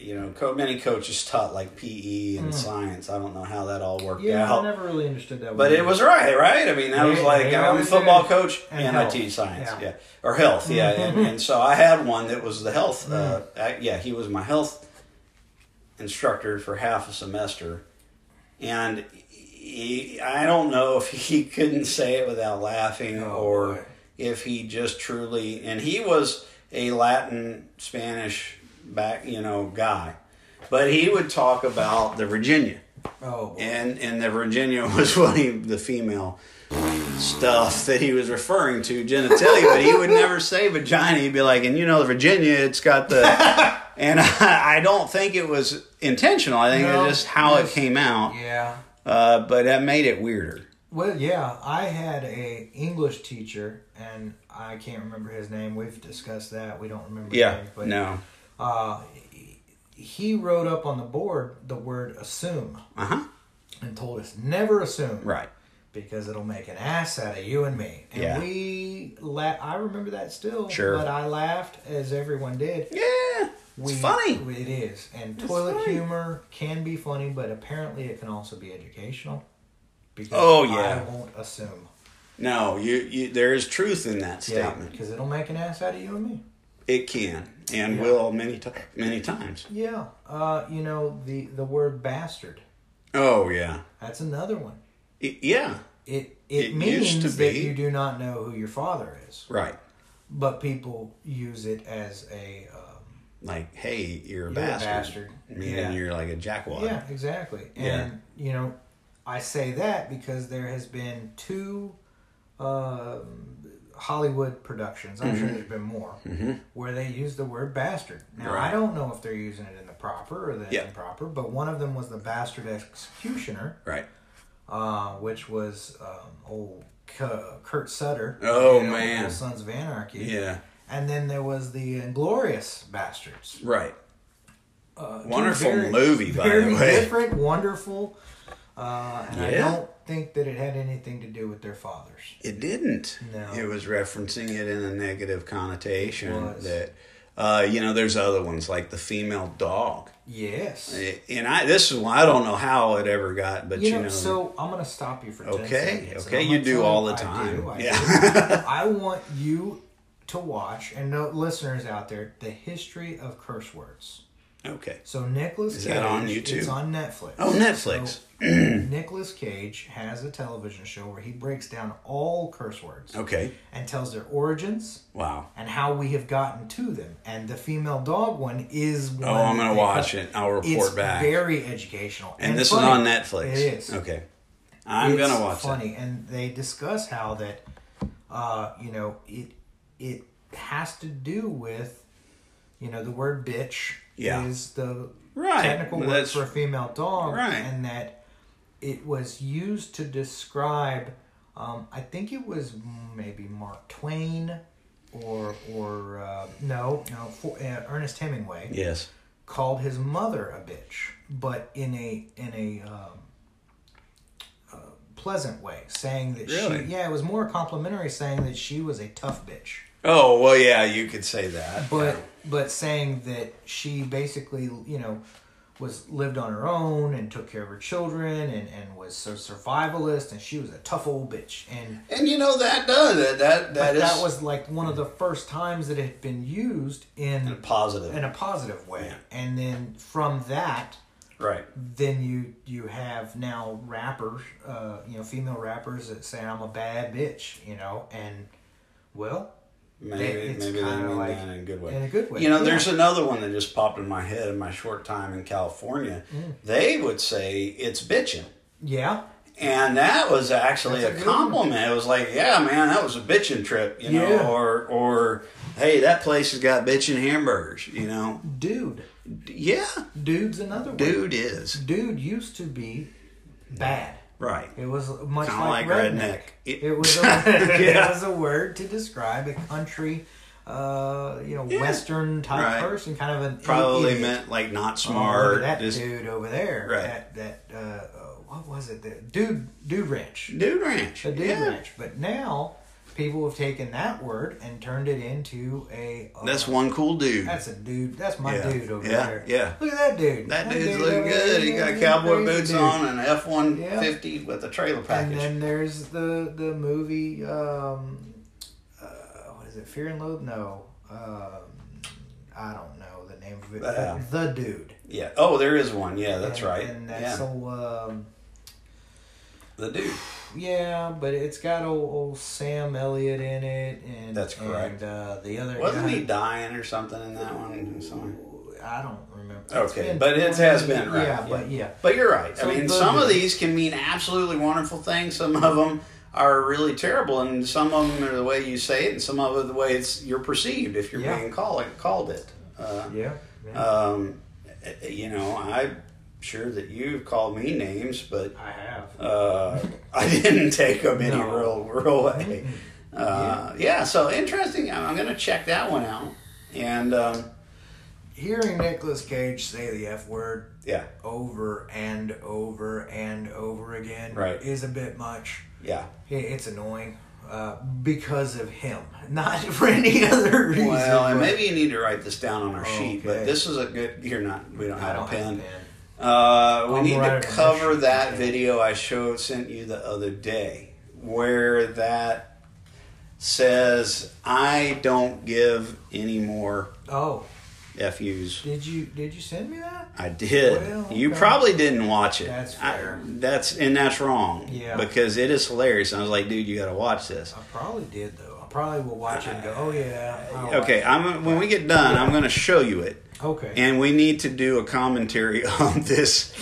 you know, co- many coaches taught like PE and science. I don't know how that all worked
Mm. Yeah, I
out,
never really understood that.
but
one.
it was right, right? I mean, I was
Yeah,
like,
yeah,
I'm
it
a
was
football
good.
coach and,
And
I
health.
teach science,
Yeah. Mm-hmm.
yeah, or health, yeah. and, and so I had one that was the
Mm.
health. Uh, I- yeah, he was my health instructor for half a semester, and. He, I don't know if he <laughs> couldn't say it without laughing
Oh,
or
boy.
if he just truly and he was a Latin Spanish back you know guy, but he would talk about the Virginia
Oh, boy.
and and the Virginia <laughs> was what he the female stuff that he was referring to genitalia, but he would never say vagina. He'd be like, and you know, the Virginia, it's
<laughs>
got the and I, I don't think it was intentional. I think it
No,
was just how it
yes.
came out,
yeah.
uh, but that made it weirder.
Well, yeah, I had a English teacher, and I can't remember his name. We've discussed that. We don't remember. his
Yeah,
name, but
no,
uh, he wrote up on the board the word assume
uh huh,
and told us never assume
right.
because it'll make an ass out of you and me. And
Yeah.
we la- I remember that still.
Sure.
But I laughed as everyone did.
Yeah,
We-
it's funny.
It is. And toilet
funny.
humor can be funny, but apparently it can also be educational. Because
Oh, yeah.
I won't assume.
No, you, you there is truth in that
Yeah,
statement.
because it'll make an ass out of you and me.
It can and will many times. many times.
Yeah, uh, you know the the word bastard.
Oh yeah,
That's another one.
I- yeah,
It it,
It
means
used to
that
be.
you do not know who your father is,
right.
but people use it as a um,
like, hey, you're a
You're a
bastard.
bastard.
Meaning
Yeah.
you're like a jackwad.
yeah, exactly. And you know, I say that because there has been two um Hollywood productions. I'm sure
Mm-hmm.
there's been more where they use the word bastard. Now
Right.
I don't know if they're using it in the proper or the
Yeah.
improper, but one of them was the bastard executioner.
Right.
uh, which was um, old Cu- Kurt Sutter.
Oh,
know,
man.
old Sons of Anarchy.
Yeah.
And then there was the Inglorious Bastards.
Right.
Uh, two
Wonderful movie, by
very
the way.
different, wonderful. Uh, and I
Yeah.
don't think that it had anything to do with their fathers.
It didn't.
No.
It was referencing it in a negative connotation
It was.
that, uh, you know, there's other ones like the female dog.
Yes.
I- And I, this is why I don't know how it ever got, but
you
you,
know, so I'm gonna stop you for 10
Okay,
seconds, and
okay,
I'm
you
gonna
do
tell
all the <laughs>
I do,
time.
I
Yeah.
do. I want you to watch and note listeners out there the history of curse words.
Okay.
So Nicholas
Is
Cage,
that on YouTube?
it's on Netflix. <clears throat>
Oh, Netflix.
Nicholas Cage has a television show where he breaks down all curse words
Okay.
and tells their origins
Wow.
and how we have gotten to them. And the female dog one is one.
Oh, I'm
that
gonna
they-
watch it. I'll report
it's
back.
Very educational.
and this
funny.
is on Netflix.
It is.
Okay. I'm
It's
gonna watch it.
Funny, and they discuss how that, uh, you know, it it has to do with, you know, the word bitch
Yeah.
is the
Right.
technical word
That's-
for a female dog,
Right.
and that it was used to describe. Um, I think it was maybe Mark Twain, or or uh, no, no, for, uh, Ernest Hemingway
Yes.
called his mother a bitch, but in a in a um, uh, pleasant way, saying that
Really?
she yeah it was more complimentary, saying that she was a tough bitch,
Oh well, yeah, you could say that.
but but saying that she basically you know was lived on her own and took care of her children and and was so survivalist and she was a tough old bitch and.
and you know that does that that that
That,
is
that was like one of the first times that it had been used in
positive.
in a positive way,
Yeah.
and then from that,
right.
then you you have now rappers, uh, you know, female rappers that say I'm a bad bitch, you know, and well,
Maybe
it's
maybe they
kinda
mean
like-
that in a good way.
in a good way,
You know,
yeah.
there's another one that just popped in my head in my short time in California.
Mm.
They would say it's bitching.
yeah,
And that was actually
That's a
a
good one.
compliment. It was like, yeah, man, that was a bitchin' trip, you know,
Yeah.
or or hey, that place has got bitchin' hamburgers, you know.
dude,
Yeah,
dude's another dude.
dude is
Dude used to be bad.
right.
It was much
Kinda
like,
like
redneck.
redneck.
It,
<laughs>
was a, <laughs> it was a word to describe a country, uh, you know, western type
Right.
person, kind of an
Probably
idiot.
meant like not
Oh,
smart.
look at that
just-
dude over there. That
Right.
that uh, uh, what was it? The dude dude ranch.
dude ranch.
The dude
yeah.
ranch. But now people have taken that word and turned it into a. uh,
That's one cool dude.
That's a dude. That's my
Yeah.
dude over
Yeah.
there.
Yeah.
Look at that dude.
that dude's
dude
looking
over
good.
there,
He got
he's
cowboy
a crazy
boots
dude.
on and F one fifty with a trailer
And
package.
then there's the the movie. Um, uh, what is it? Fear and Loath? No. Um, I don't know the name of it. but
Yeah.
The dude.
yeah. Oh, there is one. Yeah, that's
And-
right.
And that's
yeah.
all. Um,
the dude.
Yeah, but it's got old, old Sam Elliott in it, and
That's correct.
And, uh, the other
Wasn't
guy,
he dying or something in that one? Sorry.
I don't remember.
Okay,
been
but it has
20
been, right,
Yeah,
yeah.
but yeah,
But you're right.
So
I mean,
the-
some of these can mean absolutely wonderful things. Some of them are really terrible, and some of them are the way you say it, and some of it the way it's you're perceived if you're
Yeah.
being called called it. Uh,
yeah, yeah.
um, you know, I'm sure that you've called me names, but
I have.
uh, <laughs> I didn't take them any
No. Mm-hmm.
real real way. Uh, yeah. So interesting. I'm, I'm going to check that one out. And um,
Hearing Nicolas Cage say the F word
yeah,
over and over and over again
Right.
is a bit much. <clears throat>
yeah.
It- It's annoying uh, because of him, not <laughs> for any other reason.
Well, and
but-
maybe you need to write this down on our sheet, but
Okay.
this is a good. You're not. We don't
I
have
don't
a pen.
have a pen.
Uh, we
I'm
need
right
to
on
cover
this.
that video I showed sent you the other day, where that says, "I don't give any more
Oh,
fu's."
did you did you send me that?
I did.
Well,
You
okay.
probably didn't watch it.
That's
I-
fair.
that's and that's wrong.
Yeah.
Because it is hilarious. And I was like, dude, you got to watch this.
I probably did though. I probably will watch it and go, oh yeah. I'll
Okay,
watch
I'm gonna- when we get done, I'm going to show you it.
it." okay.
and we need to do a commentary <laughs> on this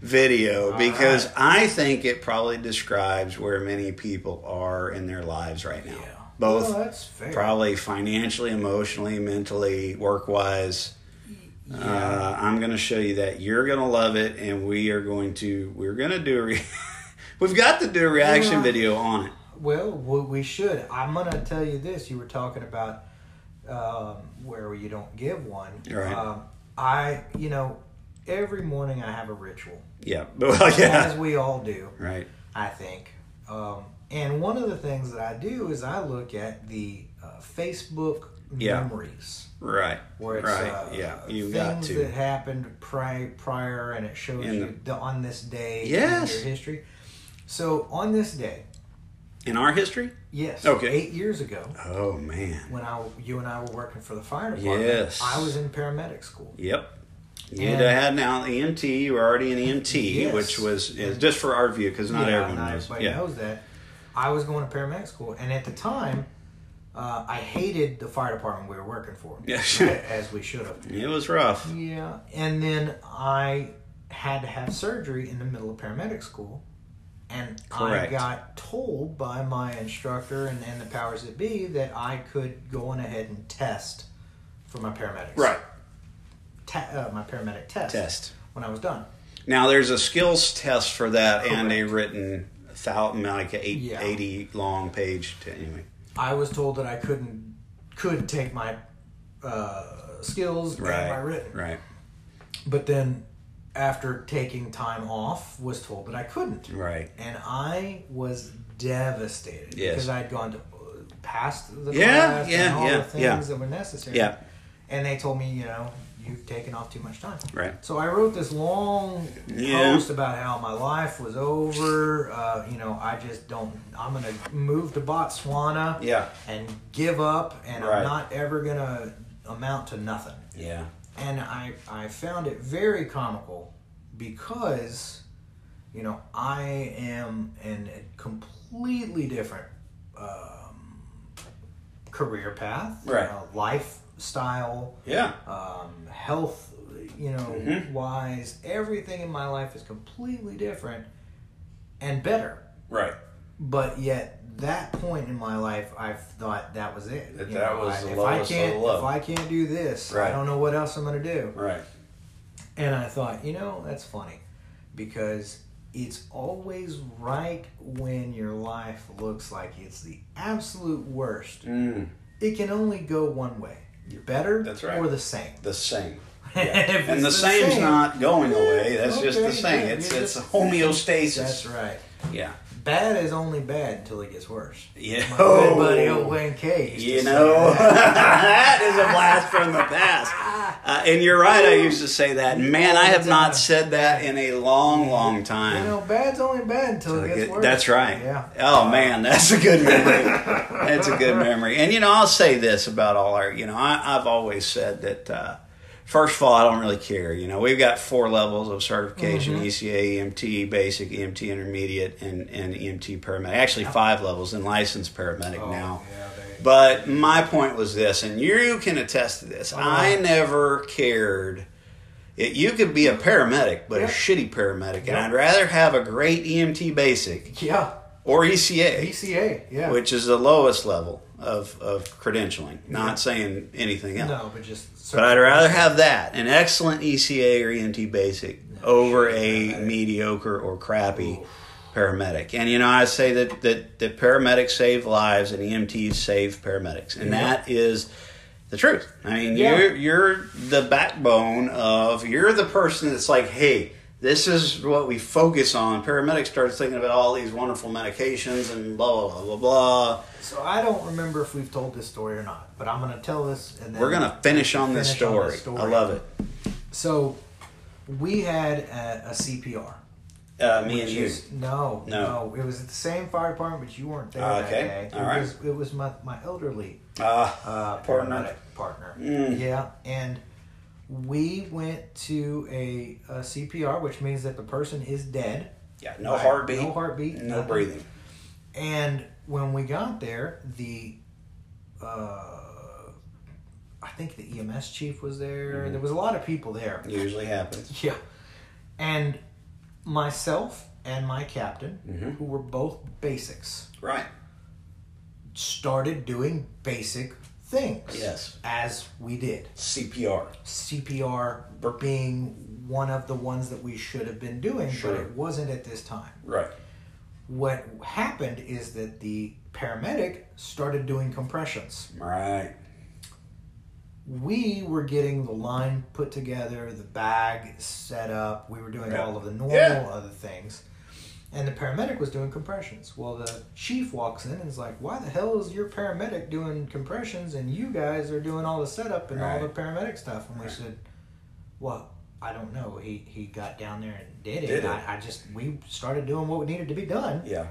video because I think it probably describes where many people are in their lives right now.
yeah.
Both
Well, that's fair.
probably financially, emotionally, mentally, work wise. Uh, I'm going to show you that you're going to love it, and we are going to we're going to do a re- <laughs> we've got to do a reaction
Yeah.
video on it.
Well, we we should. I'm gonna tell you this. You were talking about um, where you don't give one.
Right.
Um, I, you know, every morning I have a ritual,
Yeah, well, <laughs> yeah,
as we all do,
right,
I think. Um, and one of the things that I do is I look at the uh, Facebook
Yeah.
memories.
right,
where it's
right.
uh,
yeah, you
things
got to.
that happened prior, prior and it shows
In
you
the-
the, on this day in
Yes.
your history. So on this day,
In our history?
Yes.
Okay.
Eight years ago,
Oh, man.
when I, you and I were working for the fire department,
Yes.
I was in paramedic school.
Yep. You
And-
had had now EMT. You were already an EMT,
Yes.
which was is just for our view because not
Yeah,
everyone
not
knows.
everybody
Yeah.
knows that. I was going to paramedic school, and at the time, uh, I hated the fire department we were working for. <laughs>
Yeah, sure.
as we should have.
It was rough.
Yeah, and then I had to have surgery in the middle of paramedic school, and
Correct.
I got told by my instructor and, and the powers that be that I could go on ahead and test for my paramedics.
Right.
Ta- uh, my paramedic test.
Test.
When I was done.
Now there's a skills test for that and a written thousand like a eight,
Yeah.
80 long page to anyway.
I was told that I couldn't could take my uh, skills and my written,
Right.
but then after taking time off, was told that I couldn't.
Right.
and I was devastated
Yes.
because I'd gone to, past the
Yeah,
class and
yeah,
all
yeah,
the things
yeah.
that were necessary.
Yeah.
And they told me, you know, you've taken off too much time.
Right.
So I wrote this long
Yeah.
post about how my life was over. Uh, you know, I just don't. I'm gonna move to Botswana.
Yeah.
And give up, and
Right.
I'm not ever gonna amount to nothing
Yeah.
and I I found it very comical because you know I am in a completely different um, career path, you
Right.
know, lifestyle,
Yeah.
um, health, you know,
Mm-hmm.
wise. Everything in my life is completely different and better,
Right.
but yet. That point in my life, I thought that was it.
That-
You
that
know,
was
I-
the
if
lowest
I
of
can't,
the low.
if I can't do this,
Right.
I don't know what else I'm going to do.
Right.
And I thought, you know, that's funny because it's always right when your life looks like it's the absolute worst.
Mm,
It can only go one way better
That's right.
or the same.
the same.
<laughs> If
And the
it's
same's not going
Yeah,
away. That's just the
okay,
same.
yeah,
It's
you're
it's
just-
homeostasis.
That's right.
Yeah.
Bad is only bad until it gets worse.
Yeah.
My good buddy old Wayne K. used to
Oh. You
say
<laughs> know,
that.
that is a blast from the past. Uh, and you're right, I used to say that. Man, I have not said that in a long, long
you
time.
know, bad's only bad until it gets worse.
That's right.
Yeah.
Oh, man, that's a good
<laughs>
memory. That's a good memory. And, you know, I'll say this about all our, you know, I, I've always said that, uh, first of all, I don't really care. You know, we've got four levels of certification
Mm-hmm.
E ECA, EMT, basic, EMT, intermediate, and, and EMT paramedic. Actually, five levels and licensed paramedic
Oh,
now.
yeah, they-
But my point was this, and you can attest to this. I never cared. It, you could be a paramedic, but
Yeah.
a shitty paramedic, and
Yeah.
I'd rather have a great EMT basic
yeah.
or ECA,
ECA. Yeah.
which is the lowest level of, of credentialing. Not saying anything else,
No, but just.
but I'd rather have that an excellent ECA or EMT basic over a mediocre or crappy paramedic. And you know, I say that that that paramedics save lives and EMTs save paramedics, and that is the truth. I mean,
Yeah.
you're you're the backbone of you're the person that's like, hey. This is what we focus on. Paramedics starts thinking about all these wonderful medications and blah blah blah blah blah.
So I don't remember if we've told this story or not, but I'm gonna tell this. And then
We're gonna finish on this
Finish on
story.
this
I
story.
love it.
So we had a, a CPR.
Uh, me and
which
you.
is- no,
No.
no, It was at the same fire department, but you weren't there
Ah,
that
okay.
day. It
All right.
was it was my my elderly
Uh,
uh,
Partner. Mm.
paramedic partner. Yeah, and we went to a, a CPR, which means that the person is dead.
Yeah, no
Right.
heartbeat.
No heartbeat,
No
nothing.
breathing.
And when we got there, the uh, I think the EMS chief was there.
Mm-hmm.
There was a lot of people there.
Usually happens.
Yeah. And myself and my captain,
Mm-hmm.
who were both basics,
Right.
started doing basic things.
Yes.
As we did.
CPR.
CPR being one of the ones that we should have been doing,
Sure.
but it wasn't at this time.
Right.
What happened is that the paramedic started doing compressions.
Right.
we were getting the line put together, the bag set up. We were doing
Yeah.
all of the normal
Yeah.
other things. And the paramedic was doing compressions. Well, the chief walks in and is like, Why the hell is your paramedic doing compressions and you guys are doing all the setup and all
Right.
the paramedic stuff? And we said, Well, I don't know. He, he got down there and did it.
Did it.
I, I just, we started doing what we needed to be done.
Yeah.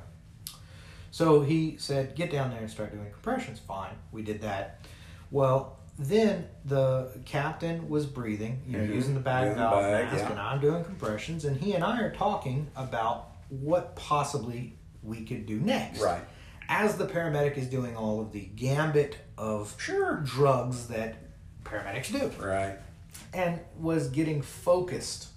So he said, "Get down there and start doing compressions." Fine, we did that. Well, then the captain was breathing, you know,
Mhm.
using the bag
Using the
valve
bag,
mask,
yeah.
and I'm doing compressions, and he and I are talking about what possibly we could do next.
Right.
As the paramedic is doing all of the gambit of
Sure.
drugs that paramedics do,
Right.
and was getting focused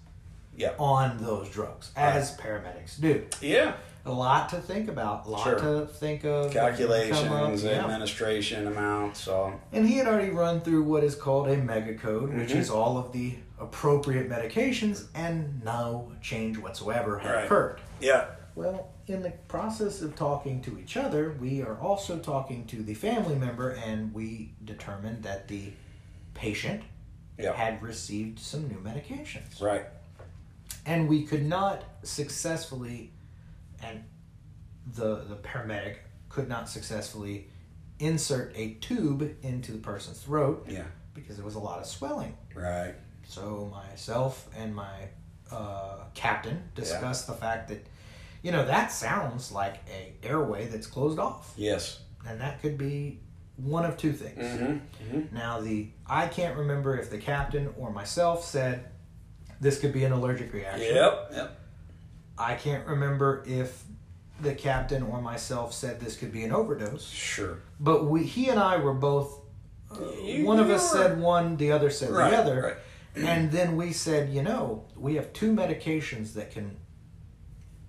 Yeah.
on those drugs as paramedics do.
Yeah.
A lot to think about, a lot
Sure.
to think of, come up,
Calculations,
yeah.
administration amounts, all.
And he had already run through what is called a mega code, which
Mm-hmm.
is all of the appropriate medications, and no change whatsoever had
Right.
occurred.
Yeah.
Well, in the process of talking to each other, we are also talking to the family member, and we determined that the patient
Yeah.
had received some new medications.
Right.
and we could not successfully and the the paramedic could not successfully insert a tube into the person's throat
Yeah.
because there was a lot of swelling
Right.
so myself and my uh, captain discussed the fact that you know that sounds like a airway that's closed off
Yes.
and that could be one of two things
Mm-hmm.
now the i can't remember if the captain or myself said this could be an allergic reaction
Yep. Yep.
I can't remember if the captain or myself said this could be an overdose,
Sure.
but we, he and I were both. uh,
You-
one of
you
us
were-
said one, the other said
Right,
the other,
right.
and then we said, you know, we have two medications that can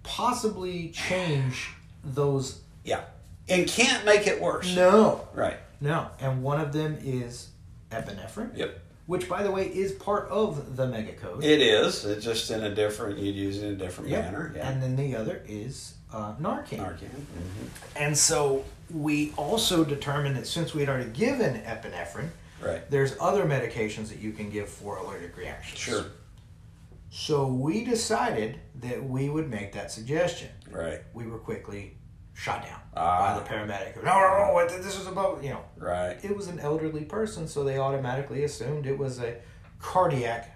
possibly change
<sighs>
those.
Yeah. And can't make it worse.
No,
Right.
no, and one of them is epinephrine,
Yep.
which, by the way, is part of the mega code.
It is. It's just in a different. You'd use it in a different
Yep.
manner.
And Mm-hmm. then the other is uh, Narcan.
Narcan.
And so we also determined that since we had already given epinephrine,
Right.
there's other medications that you can give for allergic reactions.
Sure.
So we decided that we would make that suggestion.
Right.
We were quickly shot down
Ah.
by the paramedic. No, no, no! What, this is about you know.
Right.
It was an elderly person, so they automatically assumed it was a cardiac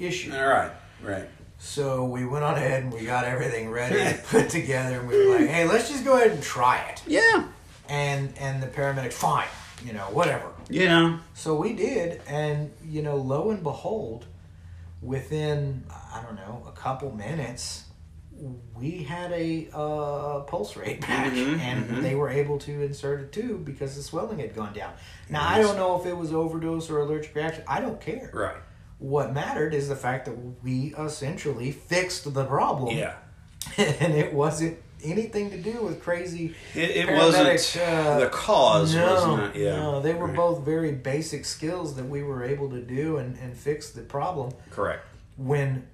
issue.
All right. Right.
So we went on ahead and we got everything ready,
<laughs>
and put together, and we were like, "Hey, let's just go ahead and try it."
Yeah.
and and the paramedic fine you know whatever
You know.
so we did and you know lo and behold within i don't know a couple minutes we had a uh, pulse rate back
Mhm,
and
mhm.
they were able to insert a tube because the swelling had gone down now i
Nice.
don't know if it was overdose or allergic reaction i don't care
Right.
what mattered is the fact that we essentially fixed the problem
Yeah.
<laughs> and it wasn't anything to do with crazy
It, it
Paramedics,
wasn't
uh,
the cause,
no,
was not. Yeah.
no, they were
Right.
both very basic skills that we were able to do and, and fix the problem
correct.
when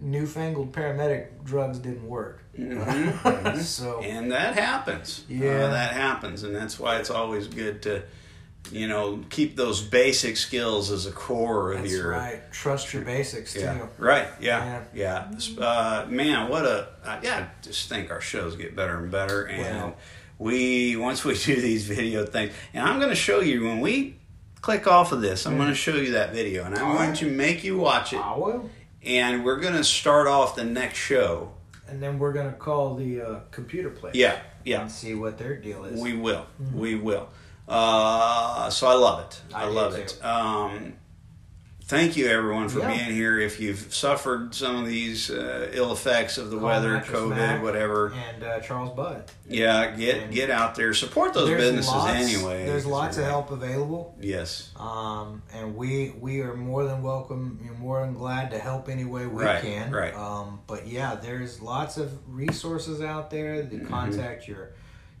newfangled paramedic drugs didn't work. <laughs> so
Mm-hmm. And that happens. Uh,
Yeah.
that happens, and that's why it's always good to, you know, keep those basic skills as a core of
that's
your.
right. Trust your basics
Yeah.
too.
Right. Yeah. Yeah. Uh, man, what a I, yeah. I just think our shows get better and better, and
Wow.
we once we <laughs> do these video things, and I'm going to show you when we click off of this. I'm going to show you that video, and I want to make you watch it,
I will.
and we're going to start off the next show.
And then we're gonna call the uh, computer place.
Yeah. Yeah.
And see what their deal is.
We will. We will. Uh, so I love it. I,
Mm-hmm. I do
love
too.
it. Um, thank you, everyone, for
Yeah.
being here. If you've suffered some of these uh, ill effects of the
Call
weather,
Mattress
COVID,
Mac
whatever,
and uh, Charles Budd.
yeah, get
and-
get out there. Support those
There's
businesses
lots-
anyway.
There's lots of help available.
Yes.
Um, and we we are more than welcome, you're more than glad to help any way we
Right,
can.
right.
Um, but yeah, there's lots of resources out there to
Mm-hmm.
contact your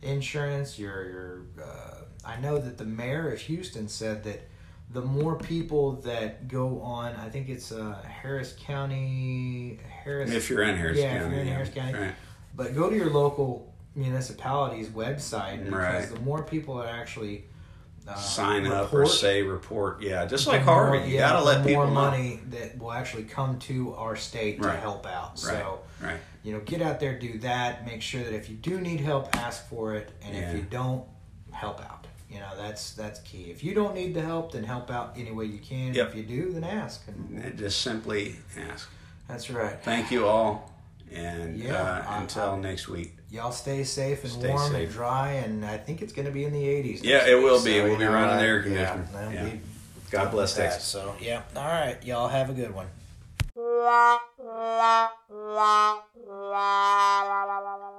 insurance, your your. Uh, I know that the mayor of Houston said that the more people that go on, I think it's uh, Harris County, Harris.
If you're in Harris
Yeah, if
County.
you're in Harris County.
Right.
But go to your local municipality's website because
Right.
the more people that actually uh,
Sign up or
report
say report. Yeah, just
the
like Harvey,
more-
you
yeah,
got to let
the
people
more
know.
money that will actually come to our state to
Right.
help out.
Right.
So
Right.
you know, get out there, do that. Make sure that if you do need help, ask for it, and
Yeah.
if you don't, help out. You know, that's that's key. If you don't need the help, then help out any way you can.
Yep.
If you do, then ask. And
Just simply ask.
that's right.
Thank you all, And
Yeah,
uh,
I-
until
I-
next week.
Y'all stay safe and
Stay
warm
safe.
and dry, and I think it's going to be in the 80s.
Yeah,
next
it
week,
will be.
so,
We'll
you
be
know,
running
I-
air
yeah,
conditioning.
that'll
Yeah.
be
God bless
that,
Texas.
So, yeah. All right. Y'all have a good one.
la la la la la la la la la